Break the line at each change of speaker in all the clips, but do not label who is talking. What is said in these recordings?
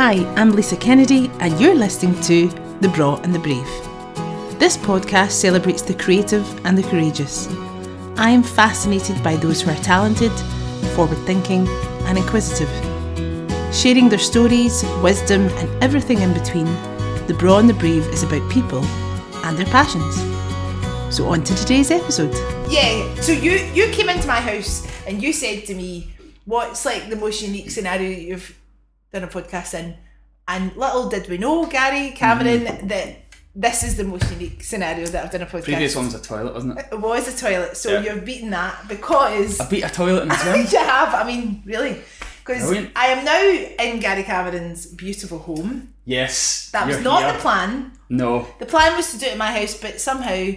Hi, I'm Lisa Kennedy, and you're listening to The Bra and the Brave. This podcast celebrates the creative and the courageous. I am fascinated by those who are talented, forward thinking, and inquisitive. Sharing their stories, wisdom, and everything in between, The Bra and the Brave is about people and their passions. So, on to today's episode.
Yeah. So you you came into my house and you said to me, "What's like the most unique scenario you've done a podcast in?" And little did we know, Gary Cameron, that this is the most unique scenario that I've done a podcast.
Previous one was a toilet, wasn't it?
It was a toilet. So
Yeah.
you've beaten that because
I beat a toilet in the gym.
you have. I mean, really. Because
Brilliant.
I am now in Gary Cameron's beautiful home.
yes.
That was
you're
not
here.
the plan.
No.
The plan was to do it in my house, but somehow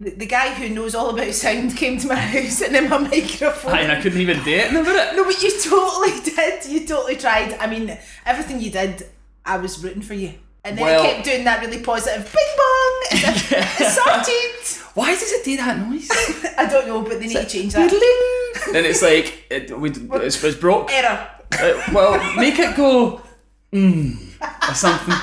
the, the guy who knows all about sound came to my house and then my microphone.
Aye, and I couldn't even do it in the minute.
No, but you totally did. You totally tried. I mean, everything you did, I was rooting for you. And then
Well-
it kept doing that really positive bing bong. It's sorted.
Why does it do that noise?
I don't know, but they need to change that.
then it's like, it, we, it's, it's broke.
Error.
Uh, well, make it go, mmm, or something.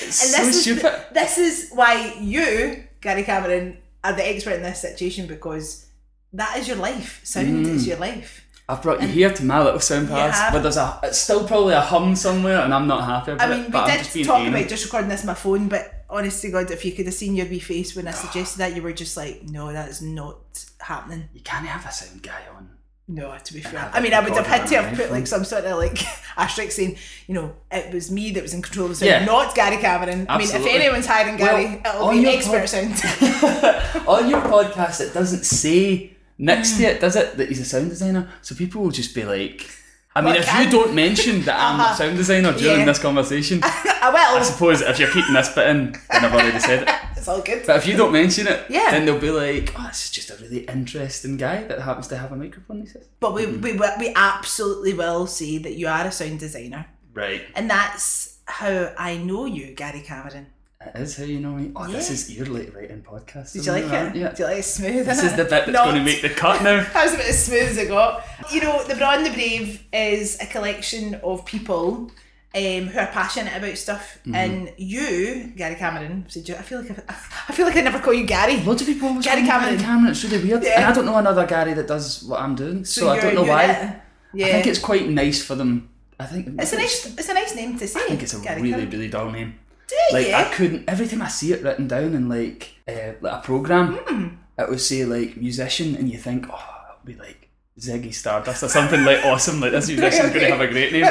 It's
And
so
this is
stupid.
the- this is why you, Gary Cameron, are the expert in this situation because that is your life. Sound
Mm.
is your life.
I've brought you here to my little sound
have.
pads, but there's a, it's still probably a hum somewhere, and I'm not happy
I
about
mean,
it. But I'm
we
just
did
being
talk
anal.
about just recording this on my phone, but honest to God, if you could have seen your wee face when I suggested that, you were just like, no, that is not happening.
You can't have a sound guy on.
No, to be fair.
have
I mean, I would have had
recorded
to
on
have
my
put like
iPhone.
some sort of like asterisk saying, you know, it was me that was in control of sound,
Yeah.
not Gary Cameron. I mean,
Absolutely.
if anyone's hiring
Well,
Gary, it'll
on
be
your
expert
pod-
sound.
on your podcast, it doesn't say next to it, does it, that he's a sound designer? So people will just be like, I mean,
Well,
if
I-
you don't mention that I'm
Uh-huh.
a sound designer during
Yeah.
this conversation, I
I will.
suppose if you're keeping this bit in, then I've already said it.
It's all good.
But if you don't mention it,
Yeah.
then they'll be like, oh, this is just a really interesting guy that happens to have a microphone, he says.
But we,
Mm-hmm.
we, we absolutely will say that you are a sound designer.
Right.
And that's how I know you, Gary Cameron.
It is how you know me. Oh, this
Yeah.
is your late writing podcast.
Did you like it?
Mm-hmm. Yeah.
Did you like it smooth?
This is the bit that's going to make the cut now.
That was about as smooth as it got. You know, The Broad and the Brave is a collection of people um, who are passionate about stuff,
Mm-hmm.
and you, Gary Cameron, so do you- I feel like I, I feel like I never call you Gary.
Loads of people always
Gary
call me
Cameron.
Gary Cameron. It's really weird, and
Yeah.
I don't know another Gary that does what I'm doing, so, I
you're-
don't know
you're
why.
it. Yeah,
I think it's quite nice for them. I think
It's a nice it's a nice name to say.
I think it's a
Gary
really
Cameron.
really dull name.
Do
Like
you?
I couldn't. Every time I see it written down in like uh, like a program,
Hmm.
it would say like musician, and you think, oh, it'll be like Ziggy Stardust or something like awesome. Like this musician's going to have a great name,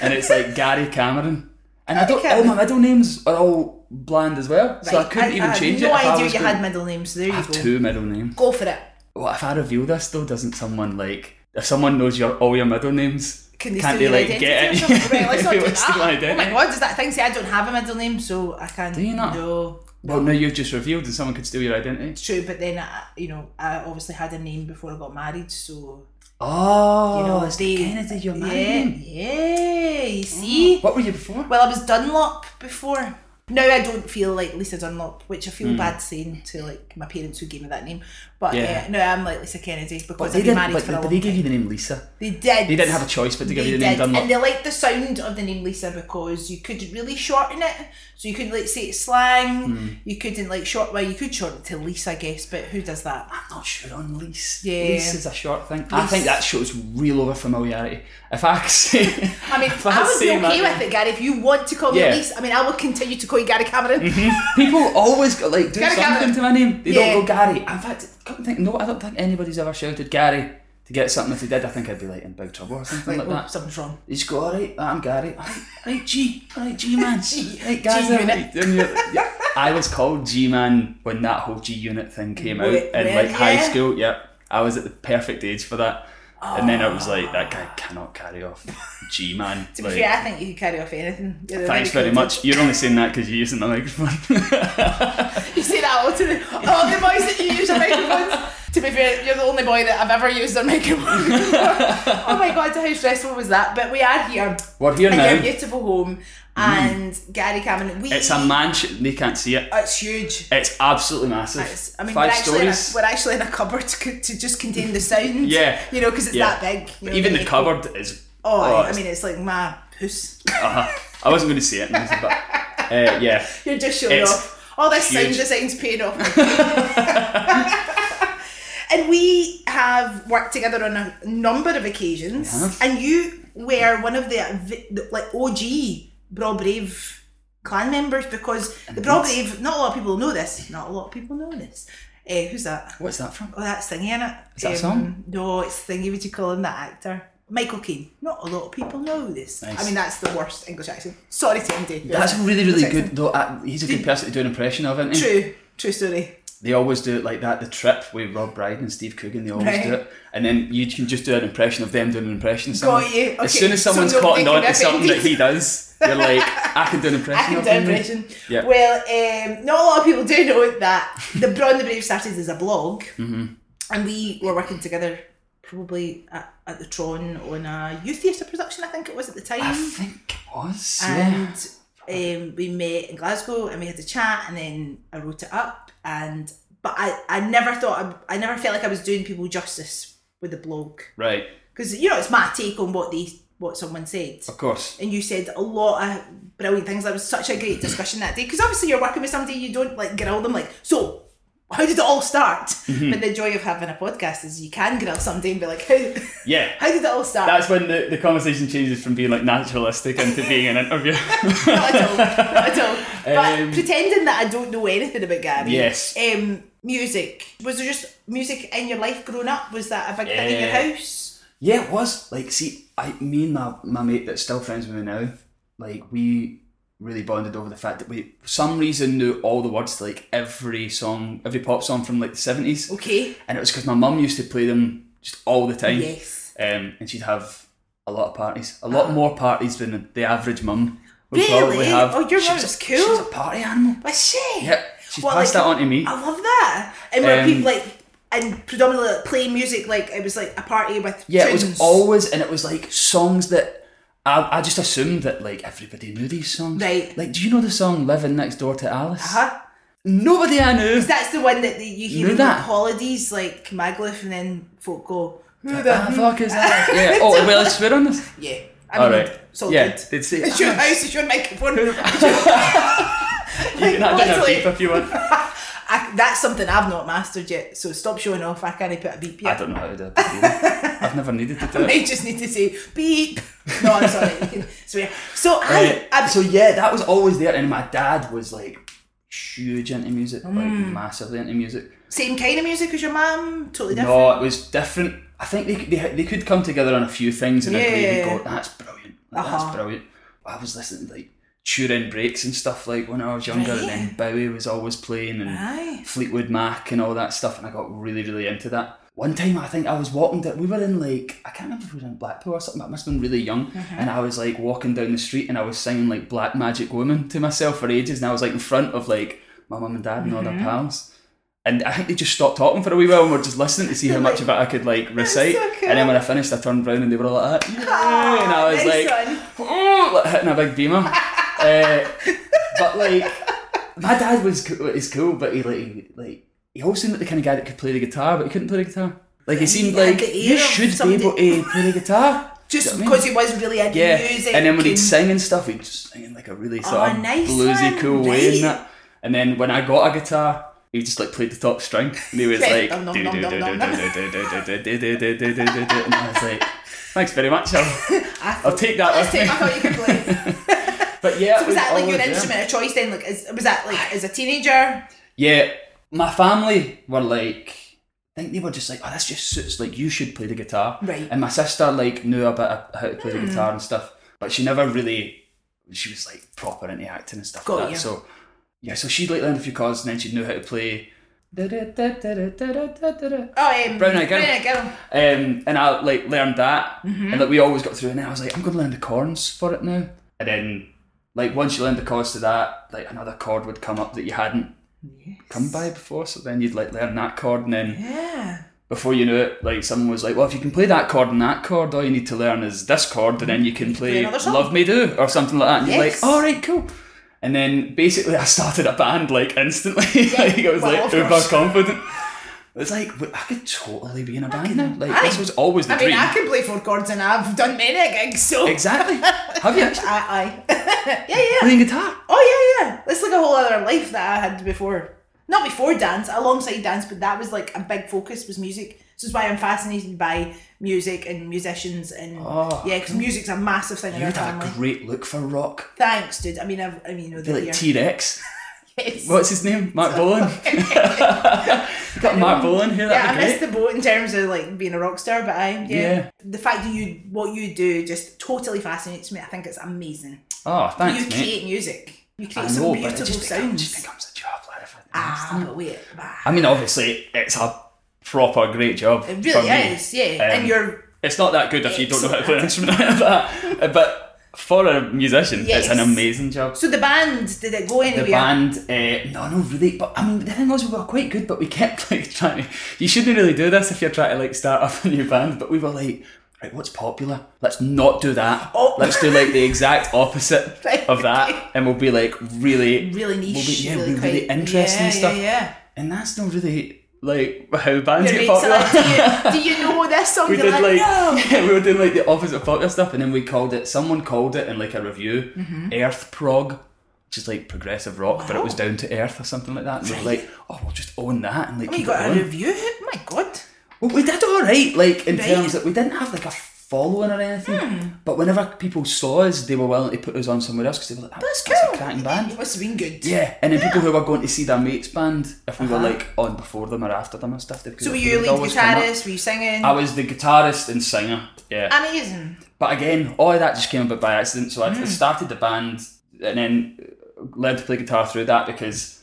and it's like Gary Cameron. And I don't. All
Cameron.
my middle names are all bland as well, so I
Right,
couldn't even
had
change
no
it. if I
idea
was
you
going-
had middle names. So there
I
you
have
go.
two middle names.
Go for it.
Well, if I reveal this though, doesn't someone like if someone knows your all your middle names?
Can they
Can't
steal
they,
your
like,
identity
get
or
it?
something? Right, let's not
They
do
will steal my
that. Oh my
identity.
god, does that thing say I don't have a middle name, so I can't.
Do you not?
No.
Well, no, you've just revealed, and someone could steal your identity.
True, but then I, you know, I obviously had a name before I got married, so
Oh,
you know,
it's
they-
Kennedy, your Oh.
yeah,
man.
yeah. You see,
What were you before?
well, I was Dunlop before. Now I don't feel like Lisa Dunlop, which I feel bad saying to like my parents who gave me that name. But
Hmm. Yeah.
yeah, no, I'm like Lisa Kennedy because
But
I've
they
been
didn't.
married
Like,
for a
but
long
they
time.
gave you the name Lisa.
They did.
They didn't have a choice but to give
They
you the name
did,
Dunlop.
and they liked the sound of the name Lisa because you could really shorten it. So you could like say it's slang.
Hmm.
You couldn't like short. Well, you could shorten it to Lisa, I guess, but who does that?
I'm not sure on lease.
Yeah.
Lease is a short thing. I think that shows real over familiarity. If I say,
I mean,
if
I would be
say my
okay
name-
with it, Gary. If you want to call me
Yeah. Mm-hmm.
Elise, I mean, I will continue to call you Gary Cameron.
People always go, like do
Gary
something
Gavin.
to my name. They
Yeah.
don't go Gary. In fact, come think, no, I don't think anybody's ever shouted Gary to get something. If they did, I think I'd be like in big trouble or something
Like,
like,
oh,
that.
something's wrong.
They just go, all right, I'm Gary. All right, all right G, all right, G man,
G-
right, guys,
G
all
unit.
right, then you're- yeah. I was called G man when that whole G unit thing came out
Wait,
in
when?
like high
Yeah.
school. Yep, I was at the perfect age for that. And then I was like, that guy cannot carry off G man.
To be fair, I think you could carry off anything. You're
Thanks very
good.
much. You're only saying that because you're using the microphone.
You say that all to the, all the boys that you use their microphones. to be fair, you're the only boy that I've ever used their microphone. oh my god, how stressful was that? But we are here
We're here
in your
now.
beautiful home, and Gary Cameron, we
Mm. It's a mansion. They can't see it.
It's huge.
It's absolutely massive.
It's, I mean,
five
we're actually, in a,
stories.
we're actually in a cupboard to, co- to just contain the sound.
Yeah.
you know, because it's
Yeah.
that big. you know,
Even
they
the
echo.
cupboard is.
Oh, I- I
it's-
mean, it's like my puss.
uh-huh. I wasn't going to say it, but uh, yeah,
You're just showing
It's
off. All oh, this sound
huge.
design's paying off. and we have worked together on a number of occasions.
We have.
And you were one of the, vi- the like OG Bra Brave clan members because the Bra Brave, not a lot of people know this. Not a lot of people know this. Eh, who's that?
what's that from?
Oh, that's thingy, innit? Um,
Is that a song?
No, it's thingy. Would you call him that actor? Michael Caine. Not a lot of people know this.
Nice.
I mean, that's the worst English accent. Sorry, Tim. Dave.
That's really, really
That's
good though. Uh, he's a good person to do an impression of, isn't he?
True. True story.
They always do it like that. The trip with Rob Brydon and Steve Coogan, they always
Right.
do it, and then you can just do an impression of them doing an impression. Of
Got
someone.
you.
As
Okay,
soon as
so
someone's
nobody
caught
can
on
do
to something that he
it.
does, you're like, I can do an impression.
I can
of
do
him.
impression.
Yeah.
Well, um, not a lot of people do know that the Brawn the Brave started as a blog,
Mm-hmm.
and we were working together probably at, at the Tron on a youth theatre production. I think it was at the time.
I think it was. Ah, yeah.
and um, we met in Glasgow and we had a chat and then I wrote it up and but I, I never thought I, I never felt like I was doing people justice with the blog
Right.
because you know it's my take on what they what someone said
Of course.
and you said a lot of brilliant things that was such a great discussion that day because obviously you're working with somebody you don't like grill them like so how did it all start
Mm-hmm.
but the joy of having a podcast is you can grill somebody and be like how,
Yeah.
how did it all start
That's when the, the conversation changes from being like naturalistic into being an interview.
not at all. Not at all. But
Um,
pretending that I don't know anything about Gary.
Yes.
Um, music. Was there just music in your life growing up? Was that a big thing in
Yeah.
your house?
yeah, it was. Like, see, I, me and my, my mate that's still friends with me now, like, we really bonded over the fact that we, for some reason, knew all the words to like every song, every pop song from like the 70s.
Okay.
And it was because my mum used to play them just all the time.
Yes. Ah.
Um, and she'd have a lot of parties, a lot more parties than the average mum would
Really?
probably have.
Oh, your
She
mum
was
is
a-
cool.
She was a party animal.
Was she?
Yep. She's
What,
passed
like-
that on to me.
I love that. And were
Um,
people like and predominantly like, playing music like it was like a party with
Yeah, it
tunes.
was always, and it was like songs that I, I just assumed that like everybody knew these songs.
Right.
Like, do you know the song "Living Next Door to Alice"?
Huh?
Nobody I knew.
That's the one that the, you hear
Knew
in
that.
the holidays, like Magliff, and then folk go, "Who the
Ah, fuck is that? yeah. Oh, well, I swear on this.
yeah." I mean,
All right.
it's all
yeah.
good.
They'd say.
It's your
"Ah,
house. It's your microphone.
you can add in a
Literally.
beep if you want. I
I, that's something I've not mastered yet. So stop showing off. I can't put a beep yet.
don't know how to do it. I've never needed to do it.
I just need to say beep. No, I'm sorry. You can swear. So I,
Uh,
I
so yeah, that was always there, and my dad was like huge into music,
Mm.
like massively into music.
same kind of music as your mum. Totally different.
No, it was different. I think they, they, they could come together on a few things and
Yeah.
everybody would go, that's brilliant. Like,
Uh-huh.
That's brilliant. I was listening to like Turin Breaks and stuff like when I was younger and then Bowie was always playing and
Aye.
Fleetwood Mac and all that stuff and I got really, really into that. One time I think I was walking down, we were in like, I can't remember if we were in Blackpool or something, I must have been really young
Mm-hmm.
and I was like walking down the street and I was singing like Black Magic Woman to myself for ages and I was like in front of like my mum and dad and all
Mm-hmm.
their pals. And I think they just stopped talking for a wee while and were just listening to see how much of it I could like recite.
so cool.
And then when I finished, I turned round and they were all like, that.
Ah,
"Yay!" And I was
nice
like,
one.
"Oh," like hitting a big beamer. uh, but like, my dad was cool, is cool, but he like, he, like he always seemed like the kind of guy that could play the guitar, but he couldn't play the guitar. Like he seemed
had
like
the ear
you
of
should
somebody-
be able to play the guitar.
just
what I
because he was really into
Yeah,
music.
and then when he'd
and-
sing and stuff, he'd just sing in like a really sort
Oh,
of
nice
bluesy,
one,
cool way
right.
and that. And then when I got a guitar, he just like played the top string, and he was
Right,
like,
dum,
and
dum, dum, dum, dum, dum.
I was like, thanks very much. I'll,
I
I'll take that
Let's
with
take. I
me.
thought you could play.
But yeah, it
So was that like
always
your
there.
instrument of choice then? Like, is, was that like as a teenager?
Yeah, my family were like, I think they were just like, oh, this just suits. Like, you should play the guitar.
Right. Hmm.
And my sister like knew a bit of how to play the guitar and stuff, but she never really. She was like proper into acting and stuff
Got
like that.
you.
So yeah, so she'd like learned a few chords and then she knew how to play. Um,
Oh, um,
Brown Eyed Girl.
Brown Eyed Girl.
Um, and I like learned that, and like we always got through. And then I was like, I'm gonna learn the chords for it now. And then, like once you learned the chords to that, like another chord would come up that you hadn't come by before. So then you'd like learn that chord, and then
Yeah.
before you knew it, like someone was like, "Well, if you can play that chord and that chord, all you need to learn is this chord, and then you can play
another song.
Love Me Do or something like that." And you're
Yes.
like, "All right, cool." And then basically, I started a band like instantly. like I was
well,
like
of course.
overconfident. was like w- I could totally be in a band
could-
now. Like
aye.
this was always the
I mean,
dream.
I can play four chords and I've done many gigs, so.
Exactly. Have you actually
Aye, aye. yeah, yeah.
playing guitar?
Oh, yeah, yeah. That's like a whole other life that I had before. Not before dance, alongside dance, but that was like a big focus was music. This is why I'm fascinated by music and musicians and
Oh.
yeah, because music's a massive thing in
You
our
would have
family.
a great look for rock.
Thanks, dude. I mean, I've, I mean, with
Be
the
like
ear.
T Rex.
Yes.
What's his name? Mark Bolan. you got Mark Bolan here.
yeah, I
That'd be
missed
great.
the boat in terms of like being a rock star, but I yeah.
Yeah.
The fact that you what you do just totally fascinates me. I think it's amazing.
Oh,
you
thanks, mate.
create music. You
I
create
know,
some
but
beautiful
it just, become, just
sounds.
becomes a job. Like, if it-
Ah, but wait, bah.
I mean, obviously, it's a proper great job.
it
for
really
me.
is. Yeah, and
Um,
you're
It's not that good if you don't know how to play an instrument, but, but for a musician, it's an
Yes.
amazing job.
so the band. Did it go
The
anywhere?
band, uh, no, no, really. But I mean, the thing was, we were quite good, but we kept like trying. to- You shouldn't really do this if you're trying to like start up a new band. But we were like, right, what's popular? Let's not do that.
Oh.
Let's do like the exact opposite
Right,
of that,
okay.
and we'll be like really,
Really niche.
We'll be, yeah,
really,
we'll be really
quite-
interesting
yeah,
and stuff.
Yeah, yeah.
And that's not really like how bands
You're
get
right, so
popular.
like, do, you, do you know this song?
we
You're
did like
no.
yeah, we were doing like the opposite of popular stuff, and then we called it. Someone called it in like a review,
Mm-hmm.
Earth Prog, which is like progressive rock, but it was down to earth or something like that. And we were like, oh, we'll just own that and like
We
keep it
got a
going.
review. My God.
Well, we did all right, like in
Right. Hmm.
terms that we didn't have like a following or anything, but whenever people saw us, they were willing to put us on somewhere else because they were like, that's, that's
cool.
a cracking band.
It must have been good.
Yeah, and then people who were going to see their mates band, if we were like on before them or after them and stuff, they
Uh-huh. So were you a lead guitarist? Were you singing?
I was the guitarist and singer. Yeah.
Amazing.
But again, all of that just came about by accident. So I
Hmm.
I started the band and then learned to play guitar through that because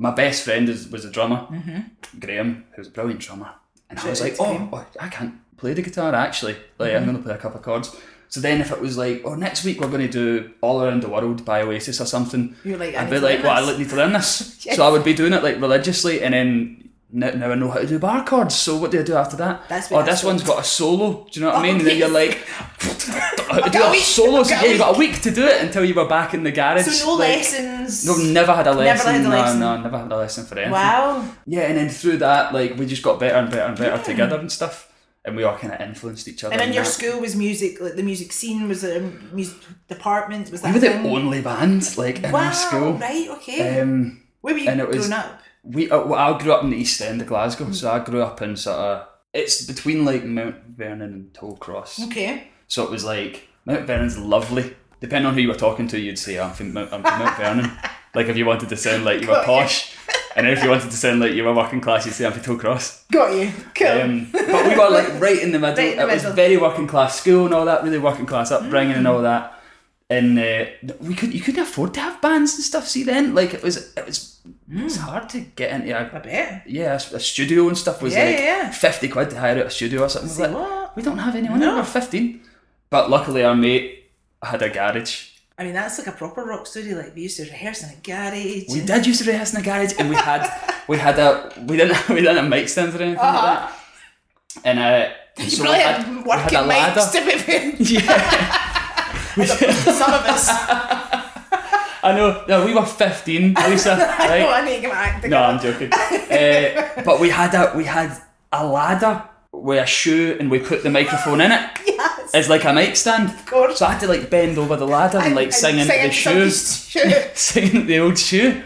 my best friend is, was a drummer,
Mm-hmm.
Graham, who's a brilliant drummer. And I was like, oh, oh, I can't play the guitar actually. Like,
Mm-hmm.
I'm going to play a couple of chords. So then if it was like, oh, next week we're going to do All Around the World by Oasis or something,
You're like, I
I'd
need
be
to
like,
learn
well, I
this."
li- need to learn this. So I would be doing it like religiously and then. Now, now I know how to do bar chords, so what do I do after that?
That's
oh,
what I
this
thought.
one's got a solo. Do you know what I mean? And then
Okay.
you're like, how
Oh,
to do
got a
it
week, I've
solos.
got
Yeah,
a
you got a week to do it until you were back in the garage.
So no
like-
lessons.
No, never had a lesson.
had a
no,
lesson.
no, never had a lesson for anything.
Wow.
Yeah, and then through that, like we just got better and better and better together and stuff, and we all kind of influenced each other.
And in your
that.
school was music, like the music scene was a music department. Was that?
we were the
thing?
only band like in
Mm. wow.
our school.
Right. Okay.
Um,
Where were you
and it was-
grown up?
we uh, well, I grew up in the East End of Glasgow, so
Mm.
I grew up in sort of it's between like Mount Vernon and Tollcross.
Okay.
So it was like Mount Vernon's lovely. Depending on who you were talking to, you'd say I'm from Mount, I'm from Mount Vernon. Like if you wanted to sound like you were
Got you.
posh, and if you wanted to sound like you were working class, you'd say I'm from Tollcross.
Got you. Cool.
Um, but we were like right in the middle.
Right in the
it
middle. Mm.
was very working class school and all that, really working class upbringing and all that. And uh, we could you couldn't afford to have bands and stuff. See then, like it was it was
Mm.
it's hard to get into
I
a
bet.
yeah a, a studio and stuff was
Yeah,
like
yeah, yeah.
fifty quid to hire out a studio or something. Like,
what?
we don't have anyone.
No.
We're 15. But luckily, our mate had a garage.
I mean, that's like a proper rock studio. Like we used to rehearse in a garage.
We did used to rehearse in a garage, and we had we had a we didn't we didn't have mic stands or anything like that. And uh, so
Uh-huh. Probably had, working mics to be fair.
yeah,
Some of us.
I know. No, we were 15, Lisa.
I know
Right?
I need to get my act
No,
together.
I'm joking. Uh, but we had a we had a ladder with a shoe, and we put the microphone in it
Yes.
as like a mic stand. Of
course.
So I had to like bend over the ladder and, like sing into the shoes.
shoes.
singing the old shoe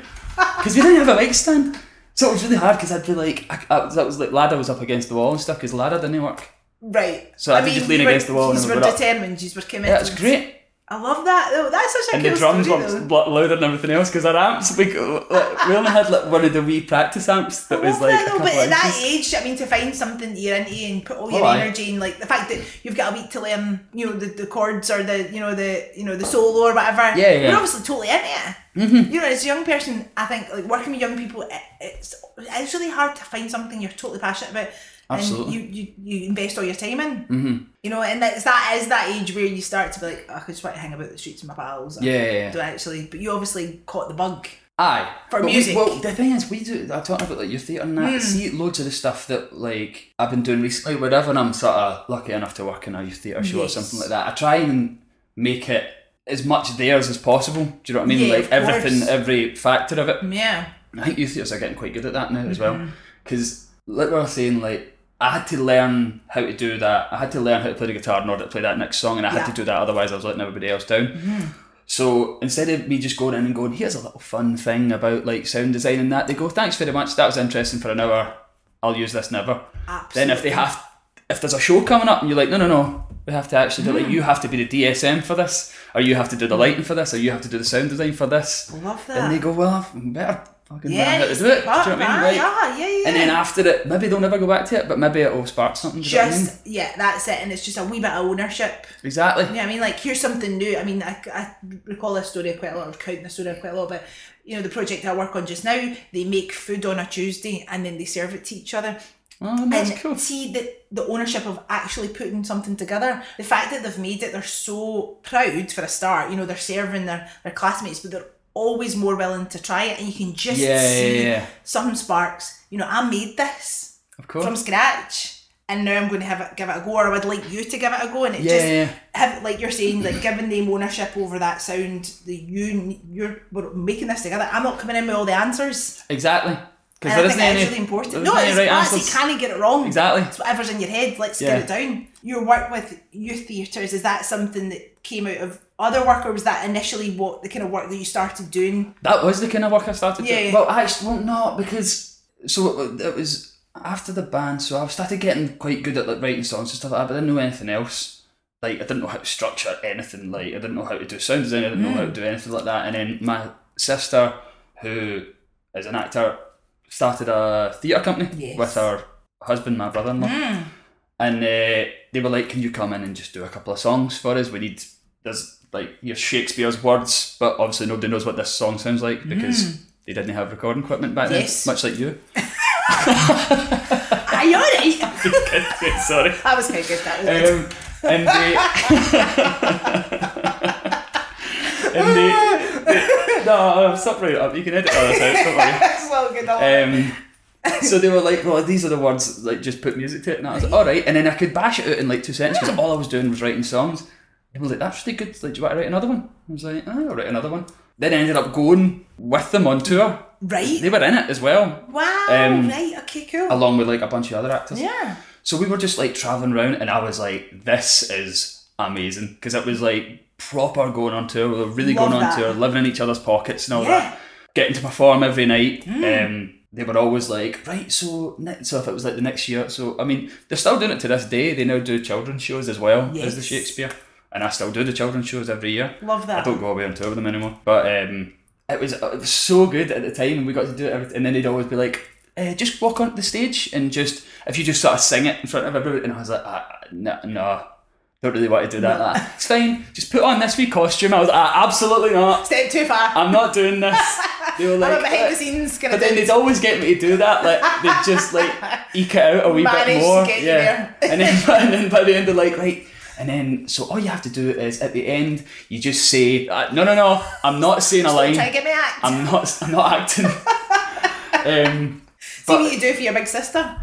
because we didn't have a mic stand. So it was really hard because I'd be like, I, I, that was like ladder was up against the wall and stuff because ladder didn't work.
Right.
So I could just lean
you
against the wall and
These
then
were
we're up.
determined. These were committed.
Yeah, it's great.
I love that. though. That's such a
And
cool
the drums
story,
were
though.
lo- louder than everything else because our amps, we, go- like, we only had like one of the wee practice amps that was
Love
like
that,
a
though,
couple
but at
of
that
inches.
age, I mean, to find something that you're into and put all your
Oh, aye.
energy and like the fact that you've got a week to learn, you know, the, the chords or the you know the you know the solo or whatever.
Yeah, yeah.
You're obviously totally into it. Mm-hmm. You know, as a young person, I think like working with young people, it, it's it's really hard to find something you're totally passionate about.
Absolutely.
And you, you, you invest all your time in. Mm-hmm. You know, and that's that is that age where you start to be like, oh, I just want to hang about the streets with my pals. or
Yeah, yeah, yeah.
Don't actually, but you obviously caught the bug.
Aye.
For
But we-
music. Hmm.
well, the thing is, we do. I talking about like your theatre and that. See, loads of the stuff that like I've been doing recently, wherever I'm sort of lucky enough to work in a youth theatre show
Yes.
or something like that, I try and make it as much theirs as possible. Do you know what I mean?
Yeah,
like
of
everything,
course.
every factor of it.
Yeah.
I think youth theatres are getting quite good at that now as well. 'Cause well, because like we were saying, like I had to learn how to do that. I had to learn how to play the guitar in order to play that next song, and I
Yeah.
had to do that. Otherwise, I was letting everybody else down. So instead of me just going in and going, here's a little fun thing about like sound design and that, they go, thanks very much. That was interesting for an hour. I'll use this never. Then if they have, if there's a show coming up and you're like, no, no, no, we have to actually do it.
Hmm.
Like, you have to be the DSM for this, or you have to do the lighting for this, or you have to do the sound design for this.
Love
Then they
that.
go, well, I've better fucking
Yeah,
learn how to
it's
do it. Do you know
part
what I mean?
of
Like,
that, yeah, yeah, yeah.
and then after it, maybe they'll never go back to it, but maybe it'll spark something. do you know what I mean?
just yeah, that's it, and it's just a wee bit of ownership.
exactly.
Yeah, I mean, like here's something new. I mean, I, I recall this story quite a lot, or count this story quite a lot, but you know, the project I work on just now, they make food on a Tuesday and then they serve it to each other.
Oh, that's
and
cool.
see the, the ownership of actually putting something together. The fact that they've made it, they're so proud for a start. You know, they're serving their, their classmates, but they're always more willing to try it. And you can just
Yeah, yeah,
see
yeah.
some sparks. You know, I made this
Of course.
from scratch. And now I'm going to have it, give it a go, or I would like you to give it a go. And it
Yeah,
just,
yeah.
Have, like you're saying, like giving them ownership over that sound. The you, you're we're making this together. I'm not coming in with all the answers.
Exactly. Because
And I
there
think
isn't
that's
any.
really important.
there
No,
isn't any
it's
right
class. You
answers.
can't get it wrong.
Exactly.
It's whatever's in your head. Let's
Yeah.
get it down. Your work with youth theatres is that something that came out of other work, or was that initially what the kind of work that you started doing?
That was the kind of work I started
Yeah,
doing.
yeah.
Well, actually, well, not because. So it, it was after the band, so I started getting quite good at like writing songs and stuff like that, but I didn't know anything else. Like, I didn't know how to structure anything, like, I didn't know how to do sound design, I didn't know
Hmm.
how to do anything like that. And then my sister, who is an actor, started a theatre company
Yes.
with her husband, my brother in law. And uh, they were like, "Can you come in and just do a couple of songs for us? We need there's like your Shakespeare's words, but obviously nobody knows what this song sounds like because they didn't have recording equipment back
Yes.
then, much like you."
Aye, you alright?
Sorry.
that was quite good. That was good.
Um, and they, and they, they- no, stop right up. You can edit all this out. Don't worry.
That's well good. that one.
Um, so they were like, "Well, these are the words. Like, just put music to it." And I was like, "All right." And then I could bash it out in like two sentences because all I was doing was writing songs. They were like, "That's really good. Like, do you want to write another one?" I was like, oh, "I'll write another one." Then I ended up going with them on tour.
right.
They were in it as well,
wow.
um,
right. Okay. Cool.
along with like a bunch of other actors.
yeah.
So we were just like traveling around, and I was like, "This is amazing," because it was like proper going on tour. We were really
Love
going on
that.
tour, living in each other's pockets and all
Yeah. Mm.
that. Getting to perform every night. Um, they were always like, "Right, so ne- so if it was like the next year, so I mean, they're still doing it to this day. They now do children's shows as well as the
Yes.
Shakespeare, and I still do the children's shows every year.
Love that.
I don't go away on tour with them anymore. But um, it was it was so good at the time, and we got to do it. Every, and then they'd always be like, eh, "Just walk onto the stage and just if you just sort of sing it in front of everybody." And I was like, ah, "No, no, don't really want to do that. that. It's fine. Just put on this wee costume." I was like, ah, "Absolutely not.
Step too far. I'm,
I'm not doing this." They were like,
a behind the
"Eh."
scenes kind
but
of.
then they'd always get me to do that. Like they'd just like eke it out a wee
Manage
bit
to
more.
get you
yeah.
there.
and then and then by the end they're like right. And then so all you have to do is at the end you just say uh, no no no I'm not saying a
Try
line.
and get me act.
I'm not I'm not acting. um,
See
but
what you do for your big sister.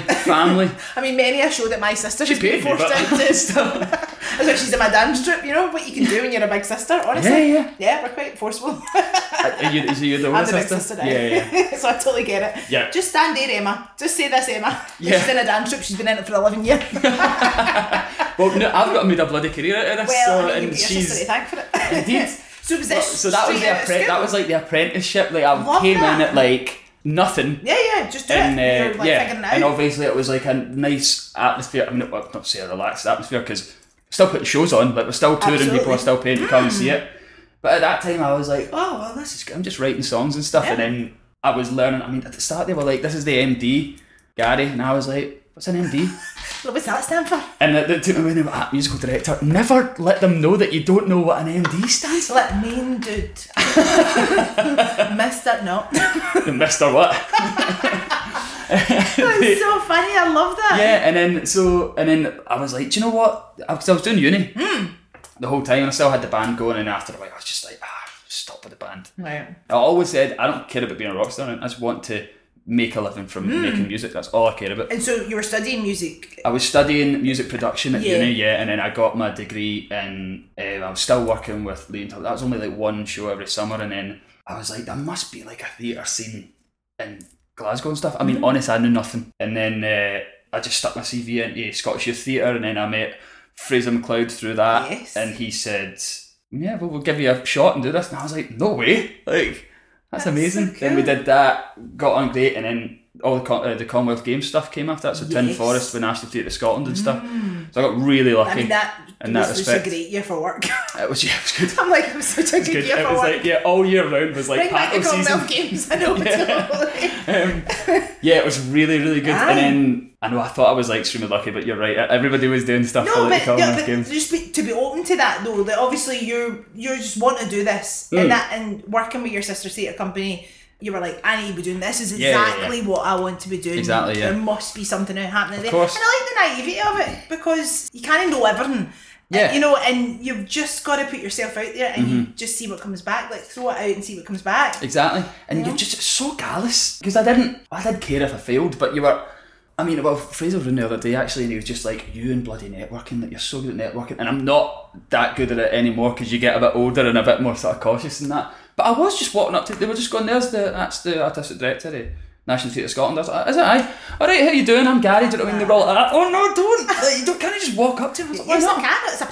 family.
I mean, many a show that my sister has
paid
been
me,
forced
but-
into. That's why she's in my dance troupe, you know, what you can do when you're a big sister, honestly.
Yeah, yeah.
Yeah, we're quite forceful.
Are you, is you the older
I'm the big
sister?
sister now.
yeah, yeah.
so I totally get it.
Yeah.
Just stand there, Emma. Just say this, Emma.
Yeah.
She's in a dance troupe, she's been in it for 11 years.
Well, no, I've got made a bloody career out of this.
well,
so,
I mean, you've
and
got your sister to
she's
thank for it.
indeed.
So was this
So that was
straight
the
out of
appre- that
school?
was like the apprenticeship. Like I
Love
came in
that.
at like nothing.
Yeah, yeah, just do
and
it.
uh,
You're like
yeah,
figuring it out.
and obviously it was like a nice atmosphere. I mean, well, not say a relaxed atmosphere because still putting shows on, but we're still touring. People
Absolutely. Mm.
are still paying to come and see it. But at that time, I was like, oh well, this is good. I'm just writing songs and stuff, and then I was learning. I mean, at the start they were like, this is the MD, Gary, and I was like, what's an MD?
what was that stand for?
and it, it took me when ah, musical director. Never let them know that you don't know what an MD stands
So that mean dude. Missed it, no.
for, Mister What.
That's so funny. I love that.
Yeah, and then so and then I was like, do you know what? Because I was doing uni the whole time, and I still had the band going. And after a while, I was just like, ah, stop with the band.
Right.
I always said I don't care about being a rock star. I just want to make a living from making music. That's all I care about.
And so you were studying music.
I was studying music production at
Yeah.
uni, yeah, and then I got my degree, and um, I was still working with Lee and Tom. That was only like one show every summer, and then I was like, there must be like a theatre scene in Glasgow and stuff. I
Mm-hmm.
mean, honest, I knew nothing. And then uh, I just stuck my CV into Scottish Youth Theatre, and then I met Fraser McLeod through that.
Yes.
And he said, "Yeah, well, we'll give you a shot and do this." And I was like, "No way! Like, that's, amazing."
so
Then we
cool.
did that, got on great, and then all the, con- uh, the Commonwealth Games stuff came after that. So Tin
Yes.
Forest, with National Theatre Scotland and stuff. So I got really lucky.
Mm. I mean, that,
in
was
that
just
respect.
a great year for work.
It was yeah, it was good.
I'm like, I'm such a good,
It was, good.
year
It
for
was
work.
like yeah, all year round was like
Bring back
paddle
the Commonwealth
season.
Games. I know. totally.
Um, yeah, it was really really good.
Aye.
And then I know I thought I was like extremely lucky, but you're right. Everybody was doing stuff for
No,
like, the
but, no, but
Commonwealth Games.
just be, to be open to that though. That obviously you you just want to do this
Mm.
and that and working with your sister theatre company. You were like, I need to be doing this. Is
Yeah, yeah, yeah.
exactly what I want to be doing.
Exactly, yeah.
There must be something out happening there.
course.
And I like the naivety of it because you kind of know everything.
Yeah. Mm-hmm.
You know, and you've just got to put yourself out there and you just see what comes back. Like throw it out and see what comes back.
Exactly. And you're just so callous. Because I didn't, I did care if I failed, but you were, I mean, well, Fraser was in the other day actually, and he was just like, you and bloody networking, like, you're so good at networking. And I'm not that good at it anymore because you get a bit older and a bit more sort of cautious and that. But I was just walking up to, they were just going, there's the, that's the artistic director of National Theatre Scotland. I was like, is it I? All right, how you doing? I'm Gary. Do you know what I mean? They're all like, that. oh no, don't. Like, you don't, can I just walk up to him? I was like, why
Yes, I
not?
can. It's a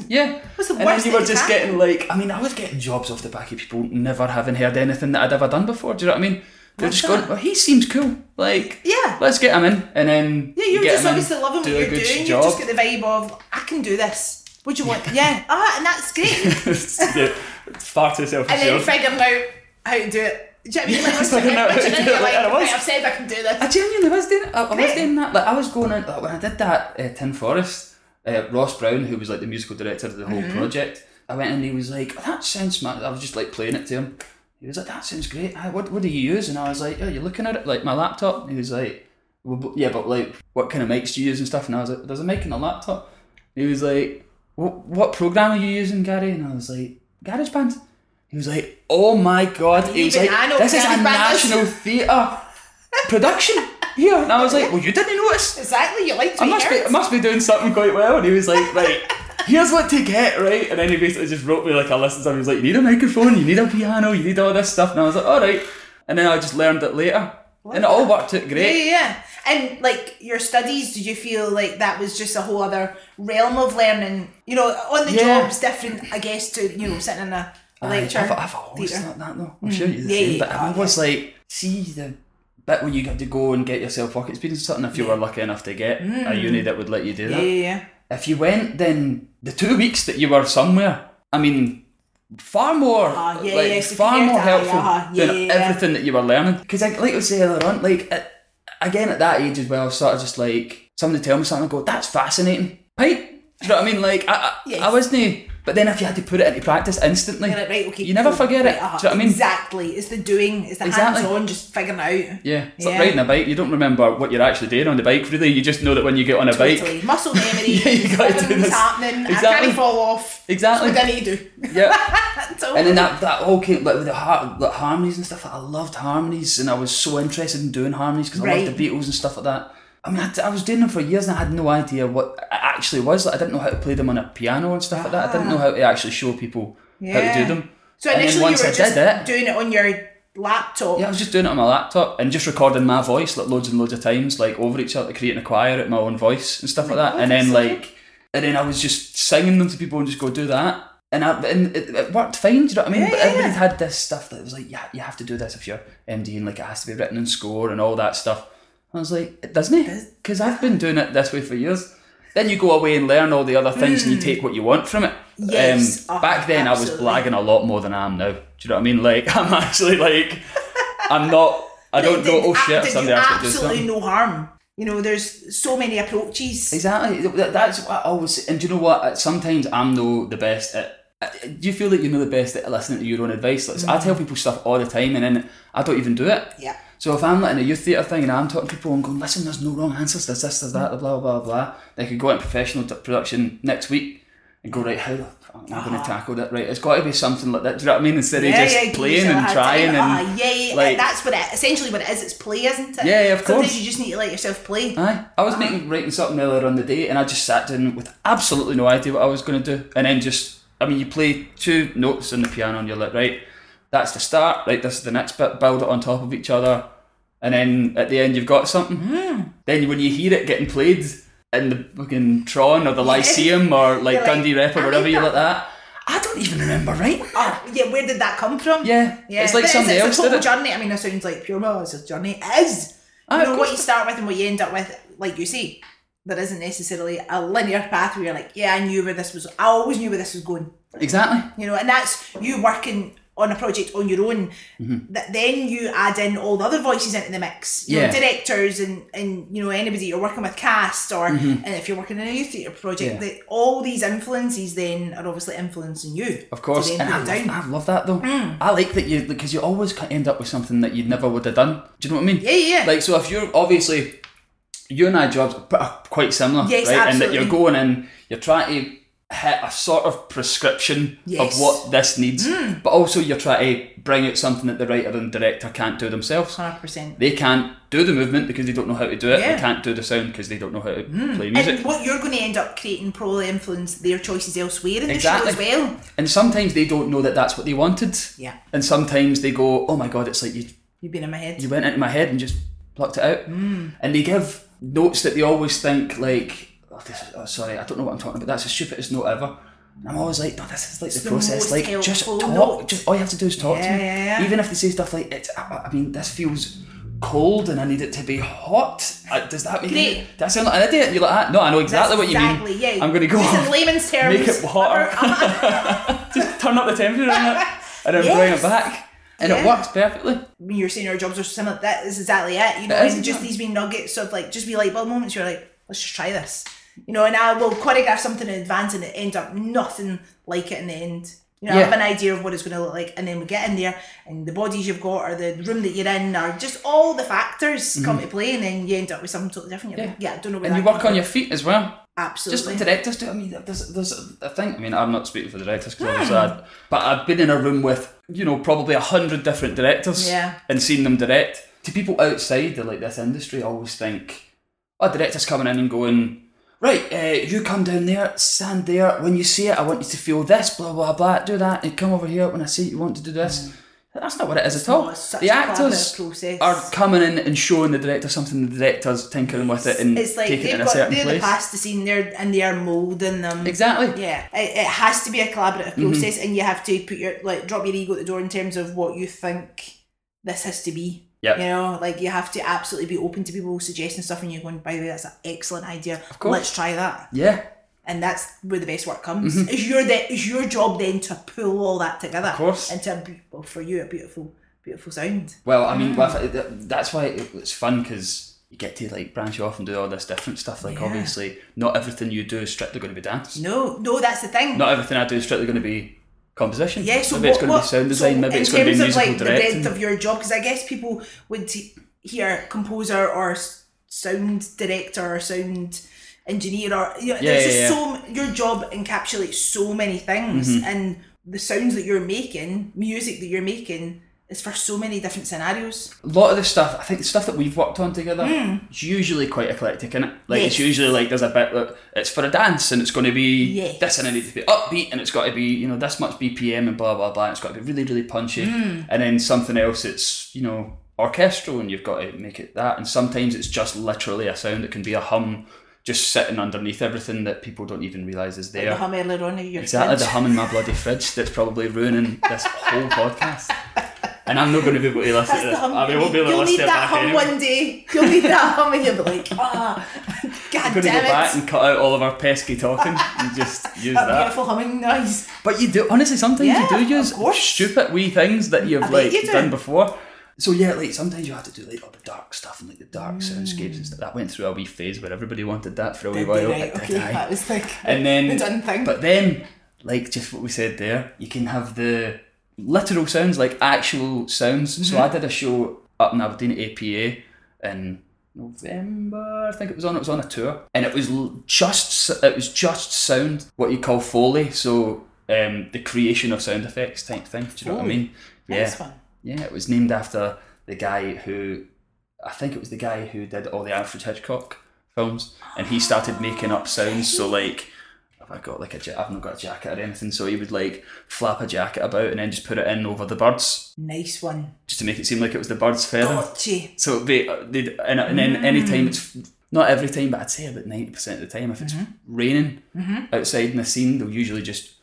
person.
Yeah.
What's the
and
worst
then you
that
were
you
just
can
getting like, I mean, I was getting jobs off the back of people never having heard anything that I'd ever done before. Do you know what I mean? They're
What's
just going,
that?
well, he seems cool. Like,
Yeah.
let's get him in, and then
Yeah, you're
get
just
him in,
obviously loving what
do a
you're
good
doing.
Job.
You just get the vibe of I can do this. Would you want? yeah, ah, and that's great.
yeah, it's far too self
And then you
assured.
figure out how to do it. Do you know what I mean? Like,
Yes, I don't know how to
and then
do
you're
it,
like,
and I was-
right, I've said I can do
I
this.
genuinely was doing. I, I was
Great.
doing that. Like, I was going in like, when I did that uh, Tin Forest. Uh, Ross Brown, who was like the musical director of the whole
Mm-hmm.
project, I went in and he was like, "Oh, "That sounds smart." I was just like playing it to him. He was like, "That sounds great. Aye, What what do you use?" And I was like, "Oh, you're looking at it like my laptop." And he was like, well, but, "Yeah, but like, what kind of mics do you use and stuff?" And I was like, "There's a mic in the laptop." And he was like, "What what program are you using, Gary?" And I was like, "GarageBand." He was like, "Oh my god!" He was
Even
like,
I know
"This is a
GarageBand is."
national theatre." production here. And I was like, well, you didn't notice.
Exactly, you like to
I
be
must be, I
heard.
must be doing something quite well. And he was like, right, here's what to get, right? And then he basically just wrote me like a list of stuff. He was like, you need a microphone, you need a piano, you need all this stuff. And I was like, all right. And then I just learned it later. and it all worked out
Yeah,
great.
yeah, yeah. And like your studies, did you feel like that was just a whole other realm of learning? You know, on the
Yeah.
job's different, I guess, to you know sitting in a
Aye,
lecture.
I've, I've always
theatre. Hmm.
thought that though. I'm sure you're the
Yeah,
same.
yeah,
but I
oh,
was like, see the bit where you have to go and get yourself work experience or something if you were lucky enough to get a uni that would let you do
Hmm. yeah,
that.
yeah, yeah.
if you went, then the two weeks that you were somewhere, I mean, far more,
Ah, yeah,
like,
yeah,
far
superior
more
to-
helpful
ah, yeah,
than
yeah, yeah.
everything that you were learning. Because, like, like I was saying earlier on, like, at, again, at that age as well, I was sort of just like, somebody tell me something, I go, that's fascinating. Pipe. Do you know what I mean? Like, I, I,
Yes.
I wasn't, but then if you had to put it into practice instantly,
You're like, right, okay,
you never
cool,
forget
right,
it.
uh-huh.
Do you know what I mean?
Exactly. It's the doing, it's the
Exactly.
hands on, just figuring it out.
Yeah, it's
Yeah.
like riding a bike. You don't remember what you're actually doing on the bike, really. You just know that when you get on a bike,
Totally. Muscle memory.
Yeah, you gotta do
everything's
this.
happening. I
Exactly.
can't fall off.
Exactly.
What do I need to do?
yeah,
So-
And then that, that all came like with the, har- the harmonies and stuff. Like, I loved harmonies, and I was so interested in doing harmonies because I
Right.
loved the Beatles and stuff like that. I mean, I, d- I was doing them for years, and I had no idea what it actually was. Like, I didn't know how to play them on a piano and stuff like that. I didn't know how to actually show people how
Ah. Yeah.
to do them.
so
and then
initially
once
you
I
were
did
just
it-
doing it on your laptop.
Yeah, I was just doing it on my laptop and just recording my voice like loads and loads of times, like over each other, creating a choir at my own voice and
Oh
stuff like that. and then like, and then I was just singing them to people and just go do that. And, I, and it, it worked fine, do you know what I mean?
Yeah,
but
yeah,
everybody
yeah.
had this stuff that was like, yeah, you have to do this if you're MD and like it has to be written in score and all that stuff. I was like, it doesn't it? Because I've been doing it this way for years. Then you go away and learn all the other things and you take what you want from it.
Hmm.
Um,
Yes. Oh,
back then
absolutely.
I was blagging a lot more than I am now. Do you know what I mean? Like I'm actually like I'm not. I don't go. Oh shit!
Did
Somebody
you
else to do
absolutely
something.
no harm. You know, there's so many approaches.
Exactly. That- That's what I always. And do you know what? Sometimes I'm no the best at. Do you feel that you're no the best at listening to your own advice? Like, I tell people stuff all the time, and then I don't even do it.
Mm-hmm. Yeah.
So if I'm like in a youth theatre thing and I'm talking to people and going, listen, there's no wrong answers, there's this, there's that, blah, blah, blah, blah, they could go into professional t- production next week and go, right, how the fuck am I
Ah.
going to tackle that? Right, it's got to be something like that, do you know what I mean? Instead of just
give
playing
yourself a
and
hard
trying
time.
and...
Ah, yeah, yeah,
like-
that's what it essentially what it is. It's play, isn't it?
Yeah, yeah, of
Sometimes
course. Ah.
you just need to let yourself play.
Aye, I was making writing something earlier on the day, and I just sat down with absolutely no idea what I was going to do, and then just I mean, you play two notes on the piano, and you're like, right, that's the start, right, this is the next bit, build it on top of each other, and then at the end you've got something.
Hmm.
Then when you hear it getting played in the fucking Tron or the Lyceum or like
You're like,
Dundee Rep or
I
whatever
like
you
that.
like that, I don't even remember writing. it.
Oh, yeah, where did that come from?
Yeah,
Yeah,
it's like
but
somebody
it's,
else
it's a
did
total
it.
journey. I mean, that sounds like pure well, it's a journey. It is. You
Ah, of
know what
course
you start with and what you end up with, like you say, there isn't necessarily a linear path where you're like, yeah, I knew where this was. I always knew where this was going.
Exactly.
You know, and that's you working on a project on your own.
Mm-hmm.
That then you add in all the other voices into the mix. You
Yeah.
know, directors and and you know anybody you're working with, cast or and if you're working in a youth theatre project,
Mm-hmm. Yeah.
that all these influences then are obviously influencing you.
Of course,
To
and
then
I
put it
love,
down.
I love that though.
Mm.
I like that you because you always ca- end up with something that you never would have done. Do you know what I mean?
Yeah, yeah, yeah.
Like so, if you're obviously you and I jobs are quite similar,
Yes,
right? And that
absolutely.
you're going in, you're trying to hit a sort of prescription
Yes. Mm.
of what this needs, but also you're trying to bring out something that the writer and director can't do themselves.
Hundred percent.
They can't do the movement because they don't know how to do it.
Yeah. Mm.
They can't do the sound because they don't know how to play music.
And what you're going to end up creating probably influence their choices elsewhere in
Exactly.
the show as well.
And sometimes they don't know that that's what they wanted.
Yeah.
And sometimes they go, "Oh my god, it's like you."
You've been in my head.
you went into my head and just plucked it out.
Hmm.
And they give notes that they always think like, oh, this is, oh, sorry, I don't know what I'm talking about. That's the stupidest note ever. And I'm always like, no, this is like the,
the most
process. Like, just
helpful
talk.
note.
Just all you have to do is talk
Yeah,
to me.
yeah, yeah.
Even if they say stuff like, it's, I, I mean, this feels cold and I need it to be hot. Uh, does that make
Great.
me? Does that sound like an idiot? You're like, ah, no, I know exactly what you
exactly,
mean.
Yeah.
I'm going to go
Just
off,
in layman's terms.
make it hotter. just turn up the temperature on it, and then bring
Yes.
it back, and
Yeah.
it works perfectly.
when you're saying our jobs are similar, that is exactly it. You know,
It
it's
is,
just
yeah.
these wee nuggets of like just be light bulb moments. You're like, let's just try this. You know, and I will choreograph something in advance and it end up nothing like it in the end. You know, I
Yeah.
have an idea of what it's going to look like, and then we get in there, and the bodies you've got, or the room that you're in, or just all the factors come to play, and then you end up with something totally different. You're like, yeah, I don't know. Where
Mm-hmm. And you
that
work on your feet as well. Just
absolutely
like directors do. I mean, there's, there's a thing. I mean, I'm not speaking for the directors because obviously,
Hmm.
I, but I've been in a room with you know probably a hundred different directors
Yeah.
and seen them direct. To people outside of like this industry, I always think, oh, directors coming in and going, right, uh, you come down there, stand there. When you see it, I want you to feel this, blah blah blah. Do that, and come over here when I see you want to do this. That's not what it is at all.
not. Hmm. Oh, It's such
the
a
actors
collaborative process.
are coming in and showing the director something. The directors tinkering with it and
it's like
taking it
they've
in a
got
certain
they're the
place.
past the scene they're and they are molding them
Exactly.
yeah it, it has to be a collaborative process and you have to put your like drop your ego at the door in terms of what you think this has to be
Yep.
you know like you have to absolutely be open to people suggesting stuff and you're going by the way that's an excellent idea of
course.
let's try that
Yeah,
and that's where the best work comes it's your de- it's your job then to pull all that together of
course.
into a beautiful for you a beautiful beautiful sound
Well, I mean,
Ah.
with- th- that's why it- it's fun because you get to like branch off and do all this different stuff. Like,
Yeah.
obviously, not everything you do is strictly going to be dance.
no no that's the thing
Not everything I do is strictly going to be composition.
Yeah, so
maybe
what,
it's going
what,
to be sound design.
so
maybe
in
it's going to be
terms of
musical
like the
directing.
breadth of your job, because I guess people would t- hear composer or s- sound director or sound engineer or you know,
Yeah,
there's
yeah,
just
yeah. Mm-hmm.
so m- your job encapsulates so many things, and the sounds that you're making, music that you're making, is for so many different scenarios.
a lot of the stuff, I think the stuff that we've worked on together, it's usually quite eclectic, is it? Like it's
Hmm. Yes.
usually like there's a bit that it's for a dance and it's going to be
Yes.
this and it needs to be upbeat and it's got to be you know this much BPM and blah blah blah. And it's got to be really really punchy,
Hmm.
and then something else it's you know orchestral and you've got to make it that. And sometimes it's just literally a sound. It can be a hum just sitting underneath everything that people don't even realise is there.
The hum earlier on in your
Exactly, the
fridge.
hum in my bloody fridge that's probably ruining this whole podcast. And I'm not going to be able to listen
That's
to
the
this.
hum.
I mean, I won't be able to
You'll
listen
need
to it
that
back
hum
anyway.
one day. You'll need that hum, and you'll be like, ah, god
I'm going to go back
damn it.
and cut out all of our pesky talking and just use
That
that.
beautiful humming noise.
But you do, honestly, sometimes
Yeah,
you
of
do use
course.
stupid wee things that you've
I bet
like
you do.
done before. So yeah, like sometimes you have to do like all the dark stuff and like the dark soundscapes and stuff. That went through a wee phase where everybody wanted that for a wee
Did they
while.
right?
It did,
Okay,
aye.
that was like
and then
the done thing.
But then, like just what we said there, you can have the literal sounds, like actual sounds. So I did a show up in Aberdeen at APA in November, I think it was on. It was on a tour, and it was l- just s- it was just sound, what you call foley. So um, the creation of sound effects type thing. Do you know what I mean? Yeah,
Nice one.
yeah. It was named after the guy who I think it was the guy who did all the Alfred Hitchcock films, and he started making up sounds. So like, I got like a ja- I've not got a jacket or anything, so he would like flap a jacket about and then just put it in over the birds
Nice one.
just to make it seem like it was the birds feathering.
Gotcha.
So they they and, and then any time it's not every time, but I'd say about ninety percent of the time, if it's raining outside in the scene, they'll usually just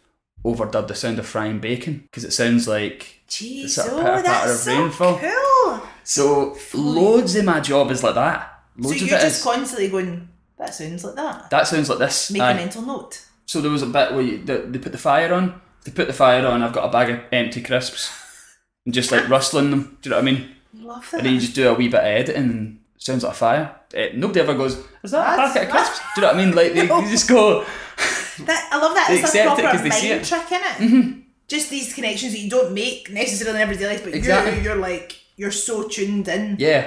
overdub the sound of frying bacon because it sounds like.
Jeez,
sort of
oh,
pitter-patter
that's
of
so
rainfall.
cool.
So loads of my job is like that.
So
Loads
you're
of it is.
just constantly going, that sounds like that.
that sounds like this.
Make
Aye.
a mental note.
So there was a bit where you, they, they put the fire on. They put the fire on. I've got a bag of empty crisps and just like rustling them. Do you know what I mean?
Love
And then you
that.
just do a wee bit of editing. and it Sounds like a fire. Eh, nobody ever goes. Is that
That's-
a packet of crisps? Do you know what I mean? Like they,
No.
they just go.
that. I love that.
they
It's a
accept it
proper
'cause they
mind
see it. Mm-hmm.
trick, innit? Just these connections that you don't make necessarily in everyday life, but
Exactly.
you're, you're like, you're so tuned in
Yeah.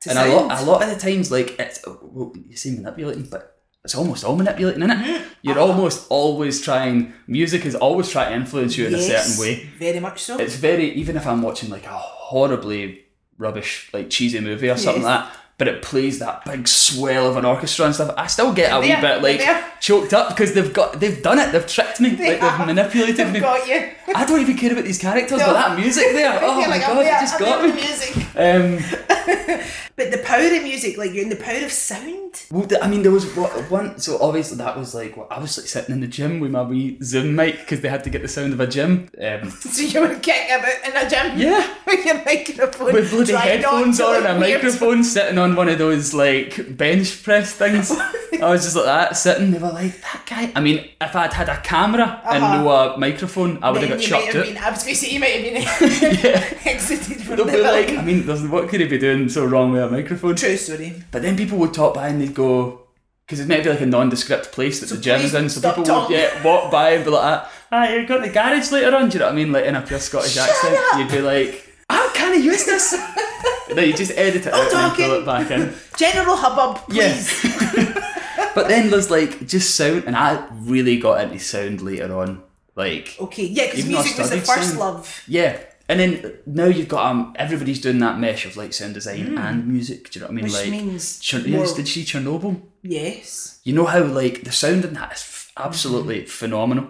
to
and
sound.
a lot, a lot of the times, like it's well, you say manipulating, but it's almost all manipulating, isn't
Mm-hmm.
it? You're almost always trying. Music is always trying to influence you in a
Yes,
certain way.
Very much so.
It's very even if I'm watching like a horribly rubbish, like cheesy movie or something
Yes.
like that. But it plays that big swell of an orchestra and stuff. I still get a wee
They're there,
bit like
they're there.
choked up because they've got they've done it. They've tricked me.
They
like they've
have.
manipulated
They've
me.
got you.
I don't even care about these characters,
No.
but that music there. Oh
You're
my
like, I'm
god, it
there,
just
I'm
got
there with
me.
music.
Um,
But the power of music, like you're in the power of sound.
Well, th- I mean, there was wa- one. So obviously, that was like I was like sitting in the gym with my wee Zoom mic because they had to get the sound of a gym. Um,
So you were kicking about in a gym.
yeah,
With your microphone.
with bloody
trying not
headphones
to
on
look
and a
weird.
microphone, sitting on one of those like bench press things. I was just like that, sitting. They were like that guy. I mean, if I'd had a camera and no a microphone, I would have
Uh-huh. Then
got
you might
chucked
have
out.
been, I was going to say, you might have been
Yeah.
exited from
They'll
the
be like, I
building.
mean, there's- what could he be doing so wrong with a microphone?
True story.
But then people would talk by and they'd go, because it's meant to be like a nondescript place that the
please
gym's in, so
stop
people
talking.
would yeah, walk by and be like, ah, you've got the garage later on, do you know what I mean? Like in a pure Scottish accent,
up.
you'd be like, I'm kind of used this. no, you just edit it out and then pull
talking.
it back in.
General hubbub,
Yeah.
please.
But then there's like just sound, and I really got into sound later on. Like,
Okay, yeah, because
Even though I
music was the
studied
first
sound.
love.
yeah. And then now you've got um everybody's doing that mesh of like sound design and music. Do you know what I mean?
Hmm. Which
like,
means
Chern-
more-
did you see Chernobyl?
Yes.
you know how like the sound in that is f- absolutely
Hmm.
phenomenal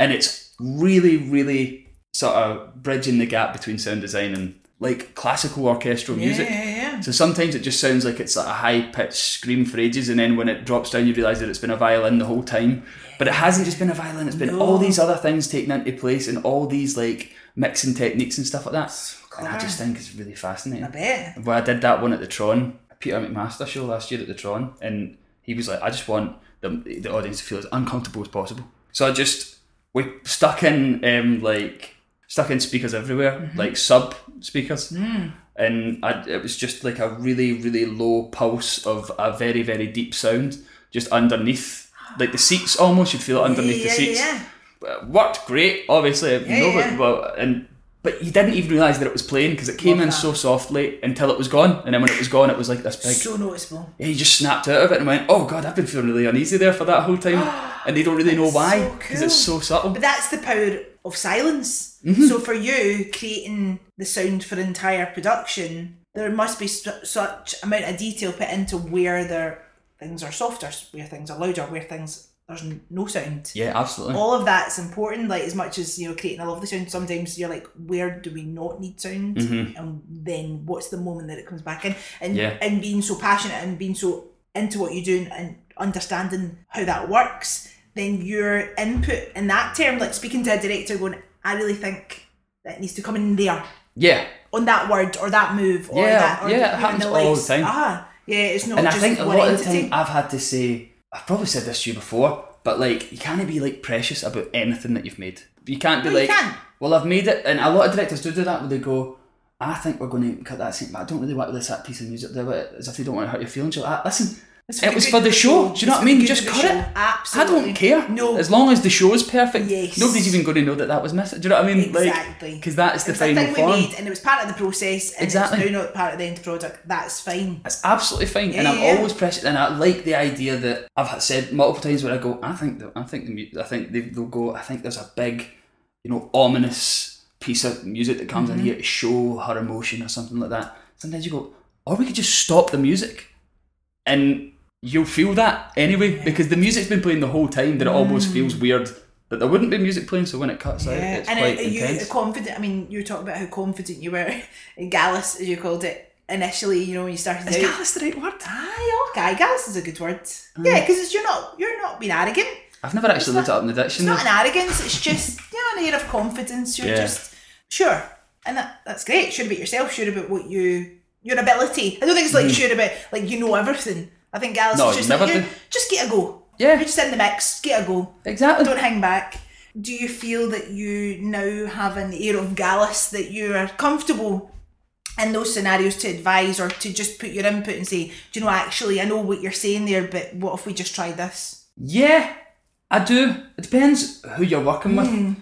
and it's really really sort of bridging the gap between sound design and like classical orchestral music
Yeah, yeah, yeah.
so sometimes it just sounds like it's like a high pitched scream for ages and then when it drops down you realise that it's been a violin the whole time but it hasn't just been a violin it's been all these other things taken into place and all these like mixing techniques and stuff like that and I just think it's really fascinating
I bet.
well, I did that one at the Tron, Peter McMaster show last year at the Tron, and he was like, I just want the, the audience to feel as uncomfortable as possible. So I just, we stuck in, um, like, stuck in speakers everywhere,
Mm-hmm.
like sub speakers.
Mm.
And I, it was just like a really, really low pulse of a very, very deep sound just underneath, like the seats almost, you'd feel it underneath
yeah,
the seats
yeah, yeah.
uh, worked great, obviously. no, but-
yeah.
Well, and but you didn't even realise that it was playing because it came
Love
in
that.
so softly until it was gone, and then when it was gone, it was like this big.
So noticeable.
yeah, you just snapped out of it and went, "Oh God, I've been feeling really uneasy there for that whole time," and they don't really know why
so
because it's
cool.
so subtle.
But that's the power of silence. So for you, creating the sound for entire production, there must be st- such amount of detail put into where their things are softer, where things are louder, where things there's n- no sound.
Yeah, absolutely.
All of that's important. Like as much as you know, creating a lovely sound. Sometimes you're like, where do we not need sound? And then what's the moment that it comes back in? And
Mm-hmm. Yeah.
and being so passionate and being so into what you're doing and understanding how that works, then your input in that term, like speaking to a director, going, I really think that needs to come in there
Yeah,
on that word or that move or
Yeah,
that or
yeah, it
even
happens all the
lights.
time.
Ah, yeah, it's not
and I
just
think a
one
lot of the
entity.
time I've had to say, I've probably said this to you before, but like you can't be like precious about anything that you've made. You can't be
No, you
like,
can't.
well, I've made it, and a lot of directors do do that where they go. I think we're going to cut that scene, but I don't really want to let that piece of music there, but as if they don't want to hurt your feelings. You're like, "Ah, listen,
for
it
the
was
good
for
of
the
the
show.
show.
Do you know
It's
what I
for the
mean?
good
Just
of the
cut
show.
it. I
Absolutely.
don't care.
No.
As long as the show is perfect,
Yes.
nobody's even going to know that that was missing. Do you know what I mean?
Exactly.
Because that's the
It's a
final
thing
form.
we made and it was part of the process and
Exactly.
it's now not part of the end product. That's fine.
It's absolutely fine, and
Yeah,
I'm
yeah.
always precious, and I like the idea that I've had- said multiple times where I go, I think, the, I think, the, mu- I think they, they'll go, I think there's a big, you know, ominous piece of music that comes
Mm-hmm.
in here to show her emotion or something like that. Sometimes you go, or we could just stop the music, and you'll feel that anyway because the music's been playing the whole time that it almost feels weird that there wouldn't be music playing so when it cuts out
Mm. Yeah.
it's
And
quite
are, are you
intense
confident? I mean, you were talking about how confident you were in Gallus, as you called it initially. You know, when you started
is
out.
callous the right word
Aye, okay, Gallus is a good word. Yeah, because you're not you're not being arrogant.
I've never actually looked it up in the
It's
dictionary
not an arrogance. It's just you know an air of confidence. You're
Mm. Yeah.
just sure, and that, that's great. Sure about yourself. Sure about what you your ability. I don't think it's like sure about like you know everything. I think Gallus
Mm. No,
is
you
just
never
like,
do.
you just get a go.
Yeah.
you're just in the mix. Get a go.
exactly
Don't hang back. Do you feel that you now have an air of Gallus that you are comfortable in those scenarios to advise or to just put your input and say, do you know, actually, I know what you're saying there, but what if we just try this?
Yeah, I do. It depends who you're working with.
Hmm.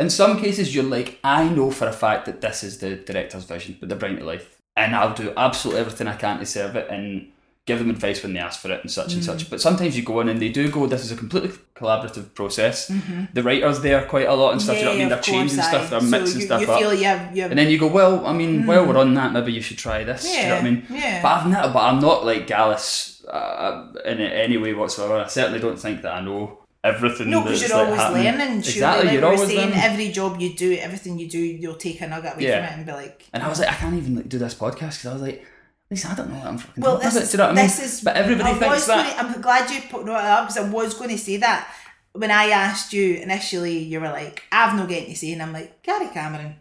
In some cases, you're like, I know for a fact that this is the director's vision, but they're bringing it to life. And I'll do absolutely everything I can to serve it and give them advice when they ask for it and such and
Hmm.
such. But sometimes you go in and they do go, this is a completely collaborative process. The writer's there quite a lot and stuff, you know what I mean? They're
Mm-hmm. of
changing
course,
stuff,
aye.
they're
So
mixing
you,
stuff
you
up.
feel you have, you have
And then you go, well, I mean, while we're on that, maybe you should try this. Do you know what I mean?
Hmm. Yeah, yeah.
But I've not, but I'm not like Gallus uh, in any way whatsoever. I certainly don't think that I know everything.
No, because
that's,
you're
like,
always
happening.
learning. Surely,
Exactly,
like
you're
we were
always
saying,
learning.
every job you do, everything you do, you'll take a nugget away
Yeah.
from it and be like,
and I was like, I can't even like, do this podcast because I was like, at least I don't know what I'm fucking
well,
talking
this
about.
is,
Do you know what I mean?
this is.
but everybody
I
thinks
was
that.
Gonna, I'm glad you put no up because I was going to say that when I asked you initially, you were like, "I've no getting to say," and I'm like, "Gary Cameron,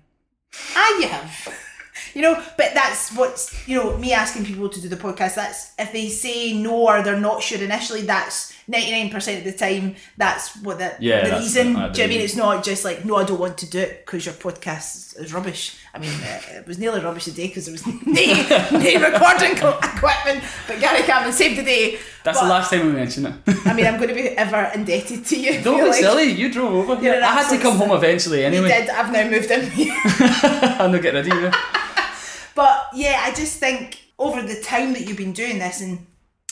I you have." You know, but that's what's you know me asking people to do the podcast. That's if they say no or they're not sure initially. That's ninety nine percent of the time. That's what the,
Yeah,
the
that's
reason.
the- uh, the
do you know what I mean
reason.
it's not just like no, I don't want to do it because your podcast is rubbish. I mean, uh, it was nearly rubbish today because there was nay, nay recording co- equipment. But Gary Cameron saved the day.
That's
but,
the last time we mention it.
I mean, I'm going to be ever indebted to you. I
Don't
feel
be
like.
silly. You drove over
You're
here.
an
I had to
absolute
come home eventually
You
anyway.
did. I've now moved in. here.
I'm not getting rid of you.
But yeah, I just think over the time that you've been doing this, and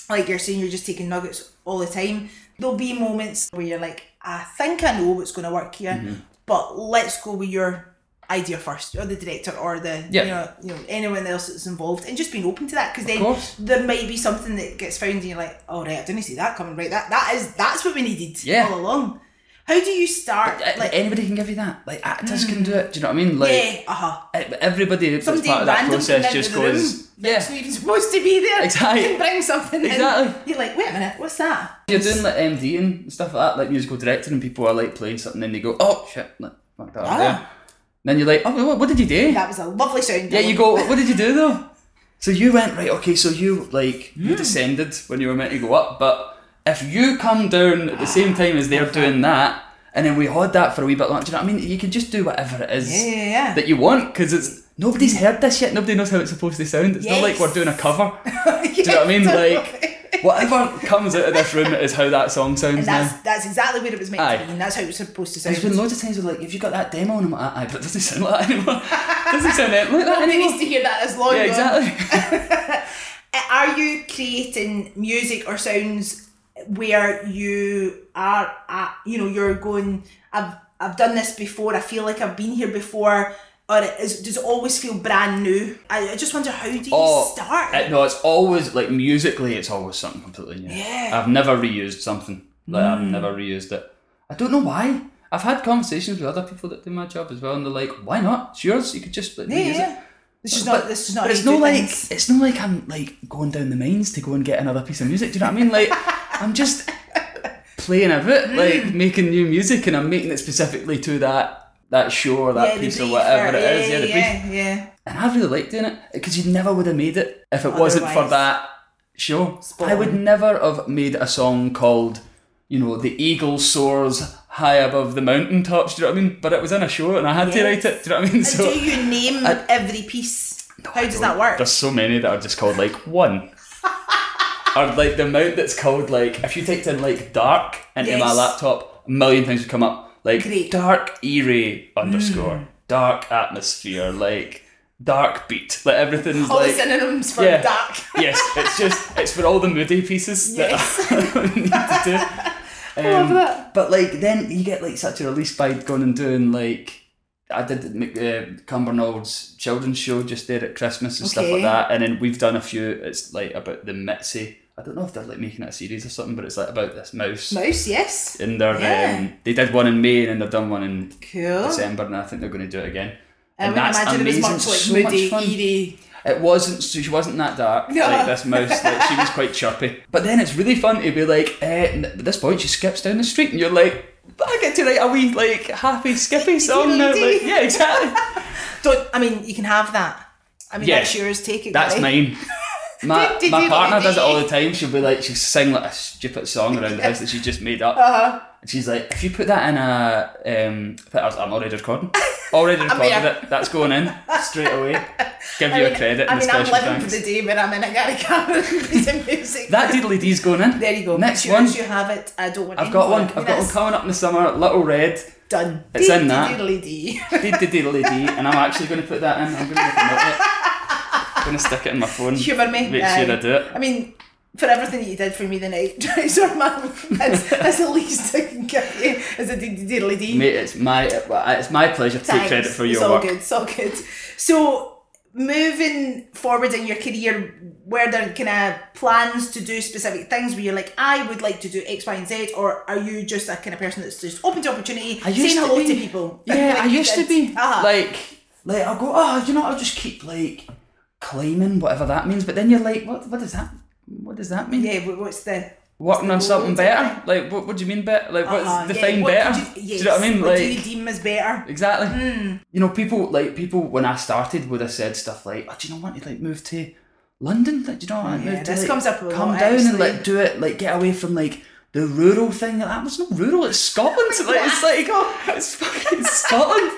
like you're saying, you're just taking nuggets all the time, there'll be moments where you're like, I think I know what's going to work here,
Mm-hmm.
but let's go with your idea first, or the director, or the
Yeah.
you know you know anyone else that's involved, and just being open to that because then
course.
there may be something that gets found, and you're like, oh, right, I didn't see that coming. Right, that that is that's what we needed
Yeah.
all along. How do you start?
Uh,
Like, Hmm.
Anybody can give you that. Like actors can do it. Do you know what I mean? Like
yeah, uh huh.
everybody that's
somebody
part of that
random
process
came
just
into the
goes,
room
yeah.
that's not even supposed to be there
Exactly.
can bring something in.
Exactly.
you're like wait a minute what's that
You're doing like MD and stuff like that, like musical director, and people are like playing something, and they go, "Oh shit, like, fuck that up there." And
Ah.
then you're like, "Oh, what, what did you do?"
that was a lovely sound
Yeah, you go, "What did you do though?" So you went right, okay. So you like
Hmm.
you descended when you were meant to go up, but if you come down at the same time as they're doing that, and then we hod that for a wee bit longer, do you know what I mean? You can just do whatever it is
yeah yeah, yeah.
that you want because it's nobody's heard this yet. Nobody knows how it's supposed to sound. It's not like
Yes.
we're doing a cover. Do you know what I mean? Like whatever comes out of this room is how that song sounds
and
now.
that's that's exactly what it was meant
Aye.
to be and that's how it was supposed to sound
There's been loads of times where like, have you got that demo? And I'm like, aye, but it doesn't sound like that anymore. doesn't sound that- like that
nobody needs
anymore.
to hear that as long
Yeah,
ago. Uh,
exactly.
are you creating music or sounds where you are at, you know you're going I've I've done this before I feel like I've been here before or is, does it always feel brand new I, I just wonder how do you
Oh,
start
it- no, it's always like musically, it's always something completely new.
Yeah.
I've never reused something. Like I've never reused it. Mm. I don't know why. I've had conversations with other people that do my job as well, and they're like, "Why not? It's yours. You could just like,
yeah,
reuse it."
yeah. this is not
But-
this is not
But
how
it's
you
no
do
like
things.
it's not like I'm like going down the mines to go and get another piece of music. Do you know what I mean? Like I'm just playing a bit,
Mm.
like making new music, and I'm making it specifically to that that show or that
the
piece or
brief
whatever
or-
it is. Yeah, the brief.
yeah, yeah.
And I really like doing it because you never would have made it if it wasn't for
Otherwise.
that show. I would
on.
never have made a song called, you know, The Eagle Soars High Above the Mountaintops. Do you know what I mean? But it was in a show and I had to write it. Do you know what I mean?
And do you name every piece how does that work
There's so many that are just called like one. or like the amount that's called like if you typed in like dark into my
Yes.
laptop, a million things would come up. Like
Great. Mm.
dark eerie underscore. Dark atmosphere, like dark beat. Like everything's
all
like
the synonyms for
yeah.
dark
Yes, it's just it's for all the moody pieces
Yes.
that I need to do.
love
Um,
that.
But like then you get like such a release by going and doing like I did uh, Cumbernaulds children's show just there at Christmas and stuff
Okay.
like that, and then we've done a few. It's like about the Mitzi. I did don't know if they're like making it a series or something, but it's like about this mouse.
Mouse, yes.
And they're
Yeah.
um, they did one in May and they've done one in
Cool.
December, and I think they're going to do it again.
I
And
would
that's
imagine it was much
amazing,
like
so much
moody,
fun.
eerie.
It wasn't. So she wasn't that dark.
No.
Like this mouse, like, she was quite chirpy. But then it's really fun to be like. Eh, and at this point, she skips down the street, and you're like, I get to write a wee like happy skippy song now. Like, yeah, exactly.
Don't. I mean, you can have that. I mean,
Yeah.
that's yours. Take it.
That's
guy.
mine. My,
Did- did
my
you-
partner
did
does it
you-
all the time. She'll be like, she'll sing like a stupid song around the house that she just made up.
Uh-huh.
And she's like, if you put that in a, um, I think I was- I'm already recording. Already recorded
here.
it. That's going in straight away. Give
I
you
mean-
a credit
I
and a
mean, I'm
special
living
thanks.
for the day when I'm in a Gary Cameron piece of music.
That diddly dee's going in.
there you go.
Next
As soon as
one.
you have it, I don't want.
I've got one.
anything.
I've got one
That's
coming up in the summer. Little red.
Done.
It's in that.
Dee-dee-dee-dee-dee.
Did the diddly dee, and I'm actually going to put that in. I'm going to make a note of it. I'm going to stick it in my phone.
Humour me.
Make sure I
aye.
do it.
I mean, for everything that you did for me the night, Dreiser man, that's, that's the least I can give you as a diddly dee.
Mate, it's my it's my pleasure to take
Thanks.
credit for
It's
your
all
work.
good. It's all good. So, moving forward in your career, were there kind of plans to do specific things where you're like, I would like to do X, Y, and Z, or are you just a kind of person that's just open to opportunity,
I used
saying
to
hello
be-
to people?
Yeah,
Like
I
you
used to
did.
be
Uh-huh.
like like I'll go. Oh, you know, I'll just keep like climbing, whatever that means. But then you're like, what? What does that? What does that mean?
yeah, what- what's the
Working on something
goal,
better? Like, what? What do you mean better? Like, what's
uh-huh, yeah,
defined
what
better?
could
do
yes,
you know what I mean?
What
like,
do you deem as better?
Exactly.
Mm.
You know, people like people when I started would have said stuff like, "Oh, do you know what? You like move to London? Like, do you know what?
Yeah,
move to,
this
like,
comes up a lot,
Come down and
actually.
like do it. Like get away from like the rural thing. That was no rural. It's Scotland. like it's like oh, it's fucking Scotland.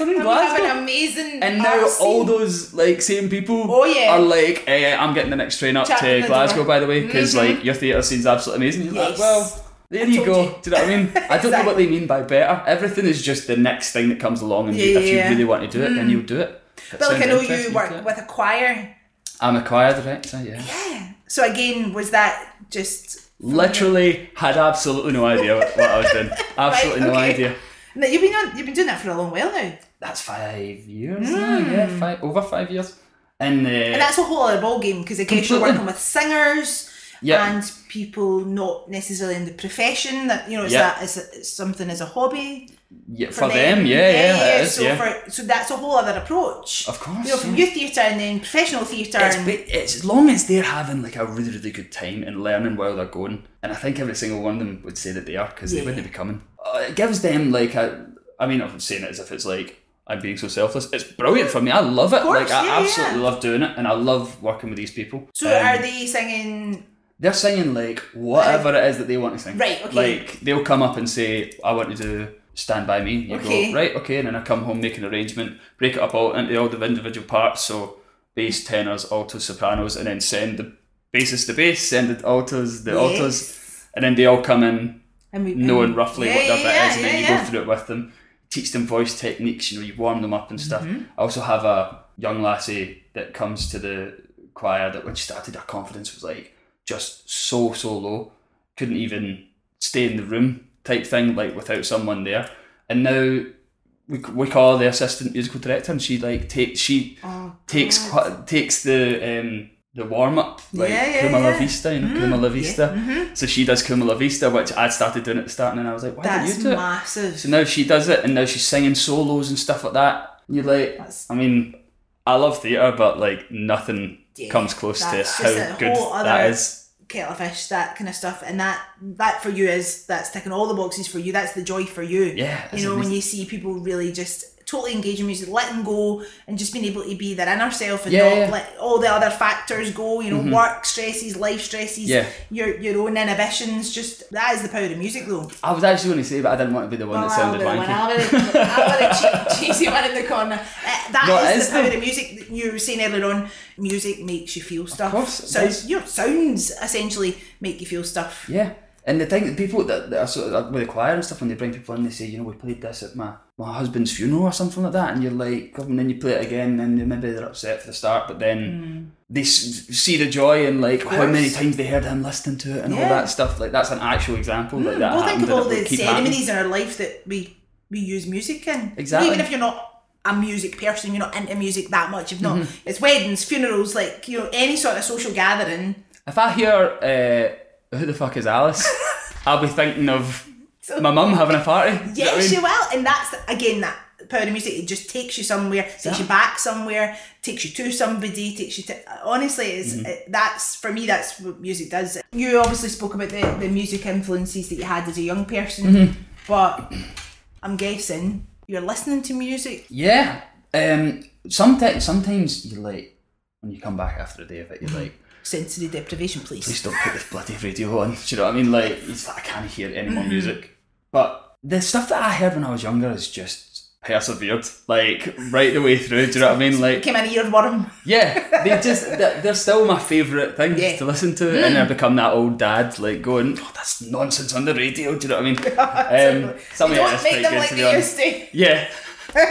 I'm in
We have
Glasgow.
an amazing
and now
art
all
scene.
those like same people
Oh, yeah.
are like, eh, I'm getting the next train up
Chatting in the
to Glasgow,
door. Mm-hmm.
by the way, because like your theatre scene's absolutely amazing. You're
Yes.
like, well, there you
told
go.
you.
Do you know what I mean? I don't know what they mean by better. Everything is just the next thing that comes along, and
Yeah,
you, if you
yeah, Mm.
really want to do it, then you'll do it.
But like I know you work with a choir.
I'm a choir director. Yeah,
So again, was that just
literally had absolutely no idea what, what I was doing. Absolutely no
okay.
idea.
no, you've been on, you've been doing that for a long while now, and
That's five years now. Yeah, five, over five years. Hmm. And, uh,
that's a whole other ballgame because I guess you're
Completely.
working with singers
Yeah.
and people not necessarily in the profession. That you know, is
Yeah.
that is it's something as a hobby
yeah, for, them, yeah, yeah, it is,
so
yeah.
for so that's a whole other approach.
Of course,
you know, from
yeah.
youth theatre and then professional theatre.
It's,
and-
ba- it's as long as they're having like a really really good time and learning while they're going, and I think every single one of them would say that they are because
Yeah.
they wouldn't be coming. Uh, it gives them like a, I mean, I'm saying it as if it's like I'm being so selfless. It's brilliant for me. I love it.
course,
like I
yeah,
absolutely
yeah.
love doing it, and I love working with these people.
so
Um,
are they singing?
they're singing like whatever it is that they want to sing.
Right, okay.
Like they'll come up and say, "I want to do Stand by Me." You
Okay.
go right, okay, and then I come home, make an arrangement, break it up all into all the individual parts. So bass, tenors, altos, sopranos, and then send the bassist the bass, send the altos the altos, and then they all come in
And we,
knowing roughly
Yeah,
what their
yeah,
bit
yeah,
is, and then
yeah,
you
yeah.
go through it with them, teach them voice techniques, you know, you warm them up and stuff.
Mm-hmm.
I also have a young lassie that comes to the choir that when she started, her confidence was like just so, so low, couldn't even stay in the room type thing, like without someone there. And now we, we call her the assistant musical director, and she like takes she
Oh,
takes qu- takes the um, the warm up like
Yeah, yeah,
Kuma La
yeah. Mm-hmm.
Vista, you know, Kuma La Vista. So she does Kuma La Vista, which I started doing at the start, and then I was like, why
That's
don't you do it?
massive.
So now she does it, and now she's singing solos and stuff like that. And you're like,
That's-
I mean, I love theatre, but like nothing
Yeah,
comes close to
that's
how
just a
good
whole
that
other-
is.
kettle of fish, that kind of stuff, and that that for you is that's ticking all the boxes for you. That's the joy for you.
Yeah,
you
it's
know when
amazing.
you see people really just totally engage in music, letting go, and just being able to be their inner self and
Yeah,
not
yeah. Mm-hmm.
let all the other factors go. You know, work stresses, life stresses,
Yeah.
your your own inhibitions. Just that is the power of music, though.
I was actually going to say, but I didn't want to be the one that sounded
Oh, I'll be the one-
wanky.
I'll be the- I'll be the che- cheesy one in the corner. Uh, that
No, it
is
is
the power
though.
of music. that You were saying earlier on, music makes you feel stuff.
course it
so
does.
you know, sounds essentially make you feel stuff.
Yeah. And the thing, people that, that are sort of with the choir and stuff, when they bring people in, they say, you know, we played this at my, my husband's funeral or something like that, and you're like, and then you play it again, and then maybe they're upset for the start, but then they s- see the joy and like how many
Mm. course.
times they heard him listening to it and
Yeah. Mm.
all that stuff. Like that's an actual example. like Um, that
Well, think
happened
of
and it
all
will
the
keep happening.
ceremonies in our life that we we use music in.
Exactly.
Even if you're not a music
Mm-hmm.
person, you're not into music that much. If not, it's weddings, funerals, like you know, any sort of social gathering.
If I hear uh, who the fuck is Alice, I'll be thinking of
So-
my mum having a party. Do you know what I
Yes,
mean?
you will, and that's again that power of music. It just takes you somewhere, takes you back somewhere, takes you to somebody, takes you to. Honestly, it's
Mm-hmm.
it, that's for me. That's what music does. You obviously spoke about the the music influences that you had as a young person,
Mm-hmm.
but I'm guessing you're listening to music.
Yeah. Um. Sometimes, sometimes you like when you come back after a day of it, you're like,
Sensory deprivation, please.
please don't put this bloody radio on. Do you know what I mean? Like, it's like I can't hear any
Mm-hmm.
more music. But the stuff that I heard when I was younger is just persevered, like right the way through. Do you know what I mean? Like,
Came an earworm.
yeah, they just they're, they're still my favourite things
Yeah. Mm.
to listen to, and I become that old dad, like going, oh, that's nonsense on the radio. Do you know what I mean? um, some
You
of it
don't
is
make
pretty
them
good,
like
to be
they
honest.
used to.
Yeah.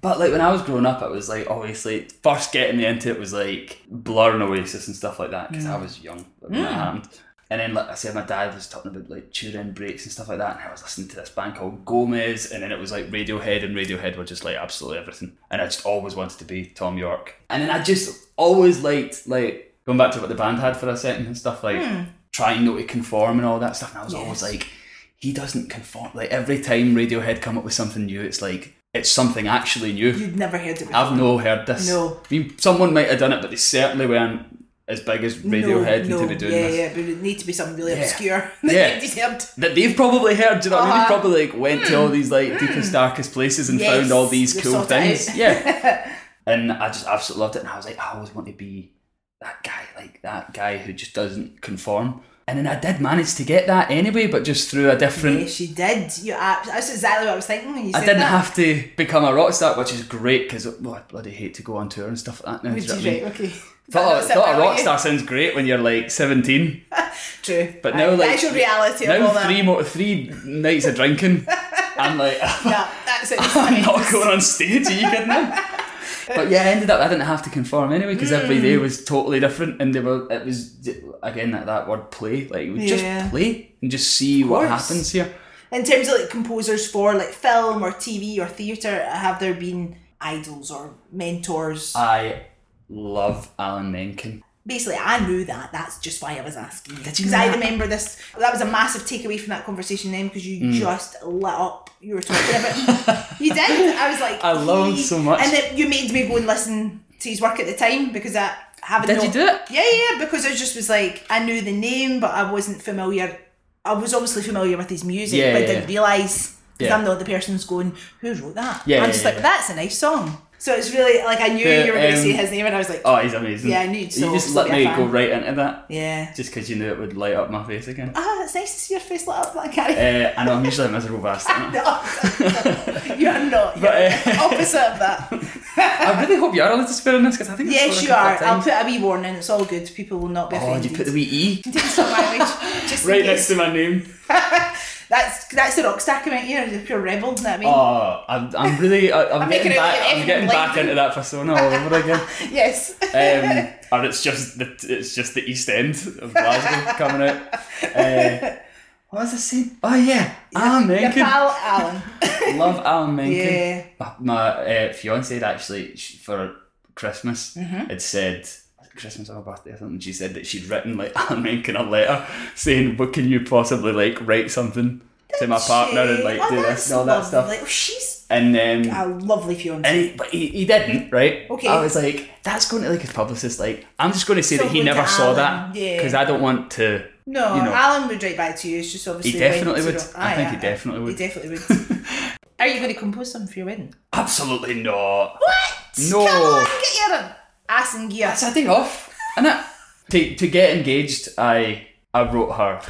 but like when I was growing up, it was like obviously first getting me into it was like Blur and Oasis and stuff like that because I was young when that happened. And then like I said, my dad was talking about like Turin breaks and stuff like that, and I was listening to this band called Gomez, and then it was like Radiohead, and Radiohead were just like absolutely everything. And I just always wanted to be Tom York, and then I just always liked like going back to what the band had for a second and stuff like trying not to conform and all that stuff. And I was always like, he doesn't conform. Like every time Radiohead come up with something new, it's like it's something actually new.
You'd never heard it before.
I've no heard this.
No.
I mean, someone might have done it, but they certainly weren't as big as Radiohead
no,
to
no,
be doing
yeah,
this.
yeah, but it need to be something really
Yeah.
obscure that
Yeah.
you've just heard.
That they've probably heard, do you know what I mean?
Uh-huh.
They
Mm.
probably like went to all these like deepest, darkest places and
Yes,
found all these
they've
cool
sought it
things.
out.
Yeah. and I just absolutely loved it. And I was like, I always want to be that guy, like that guy who just doesn't conform. And then I did manage to get that anyway, but just through a different
Yes, you did. You abs- that's exactly what I was thinking when you
I
said
didn't
that.
have to become a rock star, which is great because well, I bloody hate to go on tour and stuff like that now. do
Which
you know
is
what I mean?
right, okay.
Thought,
That's it,
thought a
well,
rock
you-
star sounds great when you're like 17,
True.
but now
Aye,
like
that's your reality of all
now
that.
three mo- three nights of drinking, I'm like
Yeah, that's it.
I'm not going on stage. Are you kidding me? But yeah, I ended up I didn't have to conform anyway because every
Hmm.
day was totally different, and they were it was again that, that word play like
Yeah.
we just play and just see what
course.
happens here.
In terms of like composers for like film or TV or theatre, have there been idols or mentors?
I love Alan Menken.
Basically, I knew that. That's just why I was asking you. Because I remember this. That was a massive takeaway from that conversation then because
Mm.
you just lit up. You were talking about. you did. I was like.
I love him
he-
so much.
And then you made me go and listen to his work at the time because I haven't.
Did you do it?
Yeah, yeah, because I just was like, I knew the name, but I wasn't familiar. I was obviously familiar with his music,
Yeah,
but
yeah,
I didn't
yeah.
realise. Because
Yeah.
I'm not the person who's going, who wrote that?
Yeah,
I'm
yeah,
just like,
yeah.
that's a nice song. So it's really like I knew
The,
you were going to say
um,
his name, and I was like,
Oh, he's amazing.
Yeah, I knew- so-
you just
so
let
be a
me
fan.
go right into that,
yeah.
just because you knew it would light up my face again.
Ah, it's nice to see your face lit up like that.
Uh, I know I'm usually a miserable bastard. aren't I?
No, you're not. You're
But, eh,
the opposite of that.
I really hope you are allowed to swear in this because I think I
Yes,
swore a
you
couple
are.
of
I'll
times.
put a wee warning. It's all good. People will not be
Oh, did
offended.
you put the wee e
It's not language, just in
right
case.
next to my name?
That's that's the rock star coming out here. The pure rebel. You know what I mean?
Oh, I'm, I'm really. I, I'm,
I'm
getting
making out
back.
like
I'm getting
Evan
back
Blyton.
into that persona all over again.
Yes.
Um, or it's just the it's just the East End of Glasgow coming out. Uh, what was I saying? Oh yeah, Alan
Your
Menken.
pal Alan.
Love Alan Menken.
Yeah.
My, my uh, fiance had actually sh for Christmas
Mm-hmm.
had said was it Christmas or her birthday or something. She said that she'd written like Alan Menken a letter saying, "What can you possibly like write something to my partner and like
oh,
do
that's
this and all that
lovely.
stuff?"
Oh, she's
And then
a lovely fiance.
and he, but he, he didn't, right?
Okay.
I was like, that's going to like his publicist. Like, I'm just going to say
So
that he
going to
never saw
Alan,
that
yeah.
because I don't want to.
no,
you know.
Alan would write back to you. It's just obviously
He
went
definitely
to
would.
the-
I
Aye,
think he
aye,
definitely
aye.
would.
He definitely would. Are you going to compose something for your wedding?
Absolutely not.
What?
No.
Come on, get your ass in gear.
That's a day off, and it? to to get engaged, I I wrote her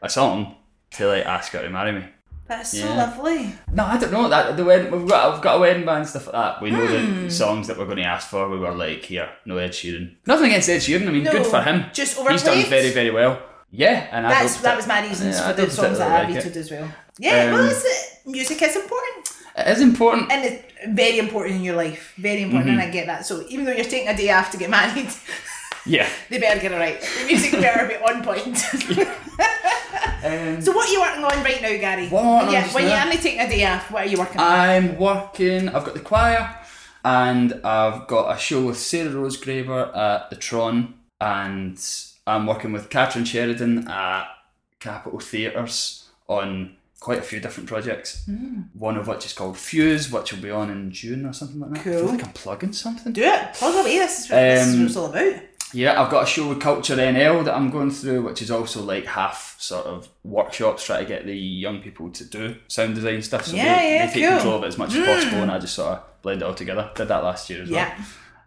a song to like ask her to marry me.
That's so
Yeah.
lovely.
No, I don't know that the wedding. We've got I've got a wedding band and stuff like that. Hmm. We know the songs that we're going to ask for. We were like, here, no Ed Sheeran. Nothing against Ed Sheeran. I mean,
No,
good for him.
just
He's done
overplayed.
very very well. Yeah, and I
That's
don't
that
partic-
was my reasons
Yeah, I
for the
don't
songs that I
particularly like
vetoed
it.
as well. Yeah, well,
Um,
it's, uh, music is important.
It is important.
and it's very important in your life. Very important,
Mm-hmm.
and I get that. So even though you're taking a day off to get married,
Yeah.
they better get it right. The music better be on point.
Um,
so what are you working on right now, Gary?
What am I working on
yeah,
just
when you're
now? Uh,
only taking a day off, what are you working on?
I'm working. I've got the choir, and I've got a show with Sarah Rose Graver at the Tron, and I'm working with Catherine Sheridan at Capital Theatres on quite a few different projects.
Hmm.
One of which is called Fuse, which will be on in June or something like that. I feel
Cool.
like I'm plugging something.
Do it. Plug away. This is what, this is
Um,
what it's all about.
Yeah, I've got a show with Culture NL that I'm going through, which is also like half sort of workshops, try to get the young people to do sound design stuff. So
Yeah,
they,
yeah,
they take
cool.
control of it as much as possible, and I just sort of blend it all together. Did that last year as well.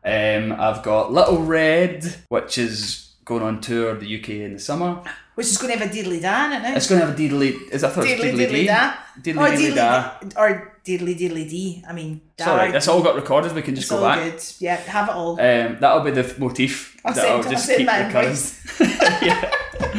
Yeah.
Um, I've got Little Red, which is going on tour the UK in the summer.
Which is going to have a diddly da in it now.
It's going to have a deedly. Is I thought it was
diddly
deedly
diddly
dee.
da.
Diddly
or
diddly da.
Or diddly diddly dee. I mean, da.
Sorry, that's all got recorded. We can just
It's
go
all
back.
good. Yeah, have it all.
Um, that'll be the f- motif
I'll
that
send-
I'll
I'll
oh, just
send
keep
my
recurring.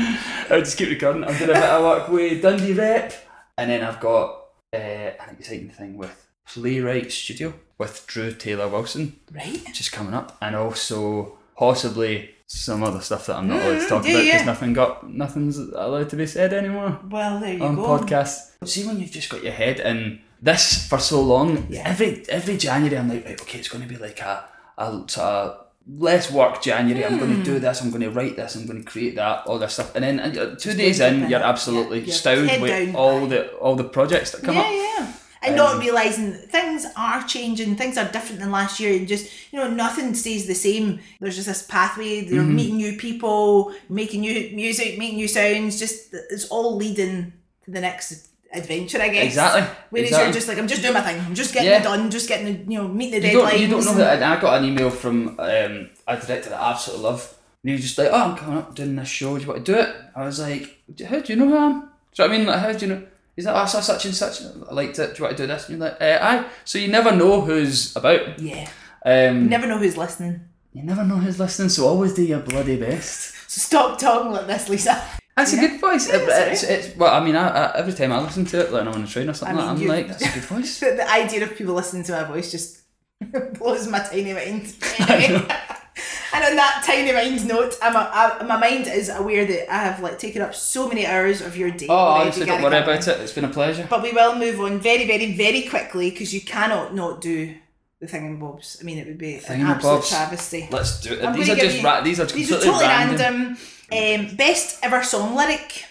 yeah, I'll just keep recurring. I've done a bit of work with Dundee Rep, and then I've got uh, an exciting thing with Playwright Studio with Drew Taylor Wilson,
right.
which is coming up, and also possibly some other stuff that I'm not allowed to talk
Mm-hmm. yeah,
about because
yeah.
nothing got nothing's allowed to be said anymore
Well, there you
on
go.
podcasts. See when you've just got your head in this for so long.
Yeah.
Every every January I'm like, right, okay, it's going to be like a a sort of less work January. I'm going to
Hmm.
do this. I'm going to write this. I'm going to create that. All this stuff. And then uh, two days
don't
in,
dip
you're
in it.
absolutely
Yeah, you're
stowed
head
with
down,
all
aye.
the all the projects that come Um,
yeah,
up.
yeah. And not realising that things are changing, things are different than last year, and just, you know, nothing stays the same. There's just this pathway, you're
Mm-hmm.
meeting new people, making new music, making new sounds, just it's all leading to the next adventure, I guess.
Exactly,
Whereas
exactly.
you're just like, I'm just doing my thing, I'm just getting
Yeah.
it done, just getting, the, you know, meeting the
You
deadlines.
don't, you don't know
and-
that. And I got an email from um, a director that I absolutely love. And he was just like, oh, I'm coming up doing this show. Do you want to do it? I was like, "Do- how do you know who I am? Do you know what I mean? Like, how do you know? He's like, oh, I saw such and such. I liked it. Do you want to do this? And you're like, eh, aye. So you never know who's about.
Yeah.
Um,
You never know who's listening.
You never know who's listening, so always do your bloody best.
So stop talking like this, Lisa.
That's a good voice. It-
it's all
it's, it's, well, I mean, I, I, every time I listen to it, like when I'm on the train or something,
I mean,
I'm
you-
like, that's a good voice.
the, the idea of people listening to my voice just blows my tiny mind. and on that tiny mind note, I'm a, I, my mind is aware that I have like taken up so many hours of your day.
Oh,
already,
honestly, don't
Gary
worry
Chapman.
about it. It's been a pleasure.
But we will move on very, very, very quickly because you cannot not do the thing in Bob's. I mean, it would be an absolute
Thingamabobs.
travesty.
Let's do it.
I'm
these are
gonna give
just
you-
ra- these are
These
completely
are totally
random.
random. Um, best ever song lyric.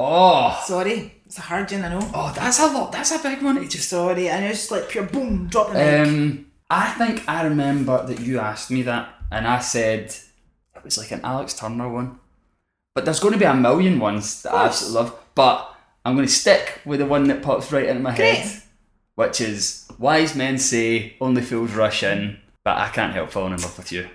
Oh,
Sorry, it's a hard one, I know.
oh, that's a lot. That's a big one. It just.
Sorry, I know it's just like pure boom, drop the mic.
Um, I think I remember that you asked me that, and I said it was like an Alex Turner one. But there's going to be a million ones that I absolutely love. But I'm going to stick with the one that pops right into my head,
Great.
which is "Wise men say only fools rush in, but I can't help falling in love with you."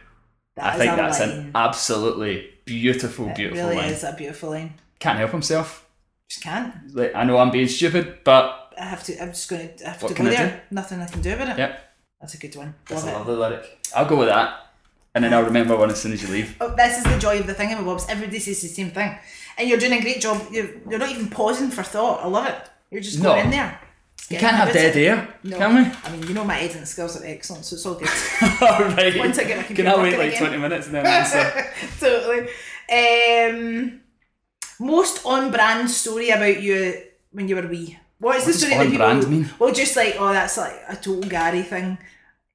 That
I
is
think
a
that's
line.
an absolutely beautiful, beautiful
really
line.
is a beautiful line.
Can't help himself.
Just can't.
Like, I know I'm being stupid, but
I have to. I'm just gonna. I have
What
to
can
go
I
there. Nothing I can do about it.
yeah.
That's a good one.
That's
Love
a
it.
lovely lyric. I'll go with that, and then I'll remember one as soon as you leave.
Oh, this is the joy of the thing about Bob's. Everybody says the same thing, and you're doing a great job. You're, you're not even pausing for thought. I love it. You're just
No.
going in there.
You can't have dead air,
No.
can we?
I mean, you know my editing skills are excellent, so it's all good.
All right.
Once I get my
Can
computer
I wait
working
like
again.
20 minutes and then answer?
totally. Um, most on brand story about you when you were wee. What is the
does
story that
on
people?
brand mean?
Well, just like oh, that's like a total Gary thing,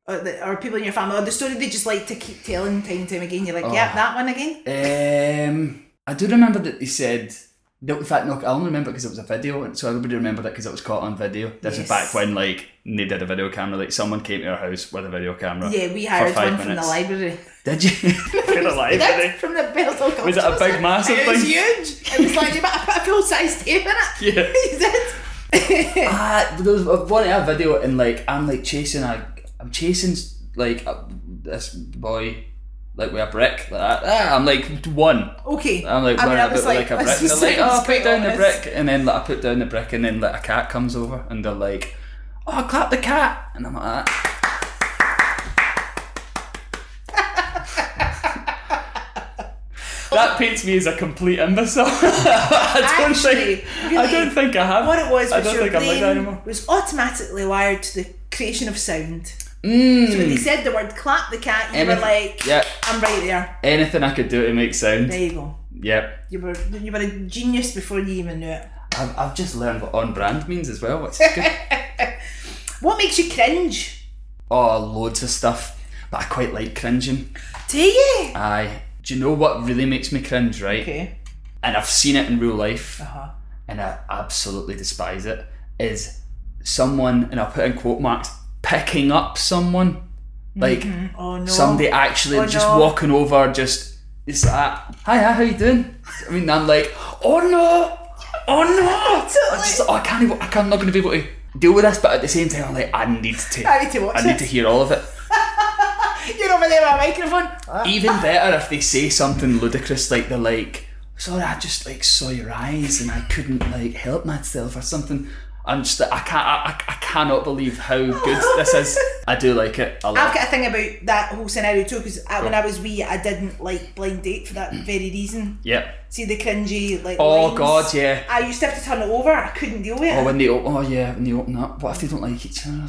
or, the, or people in your family, or the story they just like to keep telling time and time again. You're like,
Oh.
yeah, that one again.
um, I do remember that they said. No, in fact, no, I only remember because it was a video, and so everybody remembered it because it was caught on video. This
Yes.
is back when like they did a video camera, like someone came to our house with a video camera.
Yeah, we
for
hired
five
one from the
minutes.
library.
Did you? For the library.
That's from the Belleville Culture
Was it a big,
Centre.
massive
it was
thing?
huge. It was like you might put a full size tape in it.
Yeah.
Is it?
Ah, there was one a video and like I'm like chasing a, I'm chasing like a, this boy, like with a brick like that. Ah, I'm like one.
okay.
I'm like,
I
running
mean,
I
I was
like,
like,
a brick.
let's
And they're
just
like,
say
oh,
it's
put
quite
down the
honest.
brick, and then like, I put down the brick, and then like a cat comes over, and they're like, oh, clap the cat, and I'm like that. That paints me as a complete imbecile. I don't
Actually,
think I
really,
don't think I have.
What it was
I
was
don't
your
think I'm like
brain
that anymore.
was automatically wired to the creation of sound. So when they said the word "clap the cat," you
Anyth-
were Mm. like,
Hmm. yeah.
"I'm right there."
Anything I could do to make sound.
There you go.
Yep.
You were you were a genius before you even knew it.
I've, I've just learned what on brand means as well, which is good.
What makes you cringe?
oh, loads of stuff. But I quite like cringing.
Do you?
Aye. Do you know what really makes me cringe, right?
Okay.
And I've seen it in real life,
Uh-huh.
and I absolutely despise it. Is someone, and I'll put in quote marks, picking up someone, like
Oh no.
somebody actually
Oh,
just
no.
walking over, just it's like, that, hi, hi, how you doing? I mean, I'm like, oh no, oh no, I just, oh, I can't, even, I can't, I'm not going to be able to deal with this. But at the same time, I'm like, I need to,
I need to watch
I need
this.
to hear all of it.
You're over there with a microphone. Ah.
Even better if they say something ludicrous, like they're like, sorry, I just like saw your eyes and I couldn't like help myself or something. I'm just, I can't, I, I I cannot believe how good this is. I do like it a lot.
I've got a thing about that whole scenario too, because when I was wee, I didn't like blind date for that very reason.
Mm. yeah.
See the cringy like.
Oh
lines?
God, yeah.
I used to have to turn it over. I couldn't deal with
Oh,
it.
when they, o- oh yeah, when they open up. What if they don't like each other or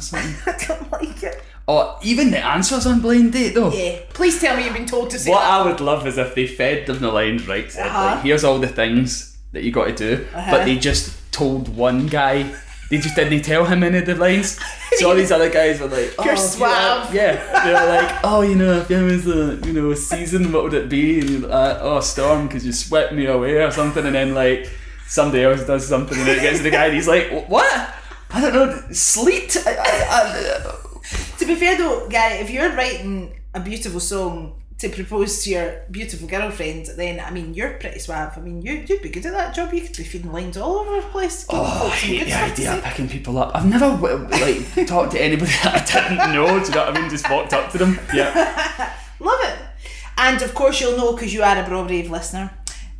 something?
I don't like it.
Oh, even the answers on blind date though.
Yeah. Please tell me you've been told to say
What
that.
I would love is if they fed them the lines right. said,
Uh-huh.
like, here's all the things that you got to do,
Uh-huh.
but they just told one guy. They just didn't tell him any of the lines. So all these other guys were like, oh,
You're
if
suave."
yeah, they were like, oh, you know, if it was a you know a season, what would it be? And you're like, oh, storm, because you swept me away or something. And then like somebody else does something, and then it gets to the guy, and he's like, what? I don't know, sleet. I, I, I,
To be fair though, Gary, if you're writing a beautiful song to propose to your beautiful girlfriend, then I mean you're pretty suave. I mean you you'd be good at that job. You could be feeding lines all over the place. Give
Oh, I
folks some
hate
good
the
stuff to
idea
say.
of picking people up. I've never w- like talked to anybody that I didn't know. Do you know what I mean? Just walked up to them. Yeah.
Love it. And of course you'll know because you are a Bra Brave listener.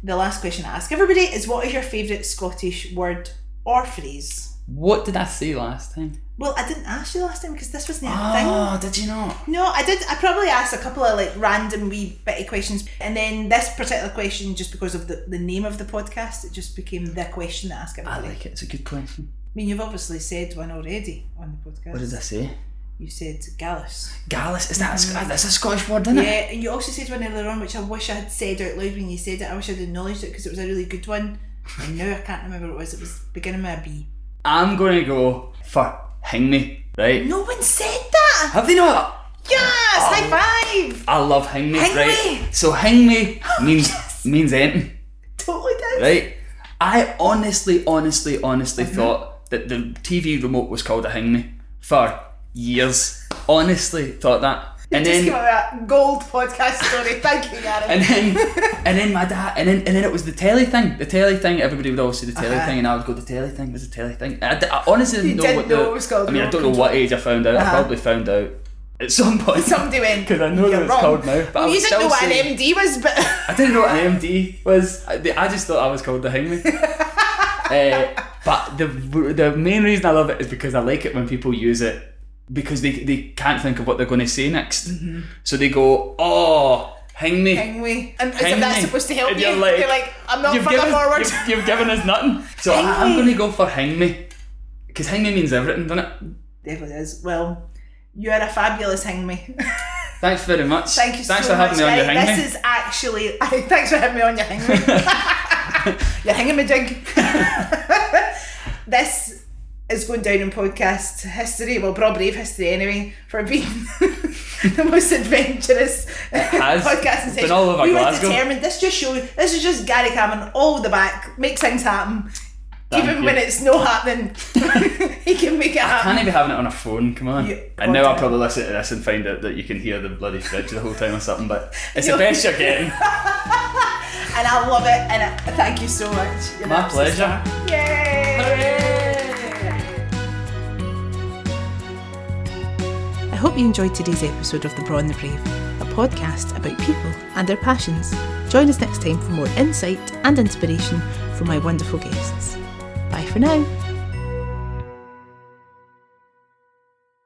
The last question I ask everybody is what is your favourite Scottish word or phrase?
What did I say last time?
Well, I didn't ask you last time because this wasn't a thing.
Oh, did you not?
No, I did. I probably asked a couple of like random wee bitty questions, and then this particular question, just because of the, the name of the podcast, it just became the question to ask
I
everybody. I
like it. It's a good question.
mean, you've obviously said one already on the podcast.
What did I say?
You said Gallus.
Gallus. Is that a, Sc- that's a Scottish word, isn't it?
Mm. Yeah, and you also said one earlier on, which I wish I had said out loud when you said it. I wish I'd acknowledged it because it was a really good one. And now I can't remember what it was. It was beginning with a B.
I'm gonna go for hang me. Right?
No one said that.
Have they not?
Yes, high five.
I love hang me.
Hang
right?
me! Oh,
So hang me means means anything.
Totally did.
right? I honestly, honestly, honestly
Uh-huh.
thought that the TV remote was called a hang me for years. Honestly, thought that. And
Just came
then,
up with a gold podcast story. Thank you, Gary.
and then, and then my dad, and then, and then it was the telly thing. The telly thing. Everybody would always say the telly
Uh-huh.
thing, and I would go the telly thing. Was the telly thing? And I, d- I honestly didn't know
didn't
what
know
the.
it was called
I mean, I
remote
don't know what age I found out.
Uh-huh.
I probably found out at some point.
Somebody went.
Because I know
"You're
that it's
wrong."
called now, but I
well,
would
you didn't
still
know what
say-
an MD was, but
I didn't know what an MD was. I, I just thought I was called the hangman. uh, but the the main reason I love it is because I like it when people use it because they, they can't think of what they're going to say next.
Mm-hmm.
So they go, oh, hang me.
hang me. And as if
Hang
that's
me.
supposed to help
And
you.
you're
You're like,
like-
I'm not
You've
further
given,
forward.
you've, you've given us nothing. So
Hang
I, am
me.
going to go for hang me. Because hang me means everything, doesn't it?
Definitely is. Well, you are a fabulous hang me.
Thanks very much.
Thank you
Thanks
so
for
much.
having me on your
Right,
hang me.
This is actually. Thanks for having me on your hang me. You're hanging me, jig. this is going down in podcast history, well, Bra Brave history anyway, for being the most adventurous
has.
podcast in
It's been all over
We
Glasgow.
were determined. This just shows. This is just Gary Cameron all the back, makes things happen.
Thank
Even
you.
when it's not happening, he can make it happen.
Can't even be having it on a phone, come on.
Um, You-
and now
God.
I'll probably listen to this and find out that you can hear the bloody fridge the whole time or something, but it's
You'll-
the best you're getting.
And I love it. And I, thank you so much. You're an
e- My
absolute
pleasure.
star. Yay!
I hope you enjoyed today's episode of The Brawn the Brave, a podcast about people and their passions. Join us next time for more insight and inspiration from my wonderful guests. Bye for now.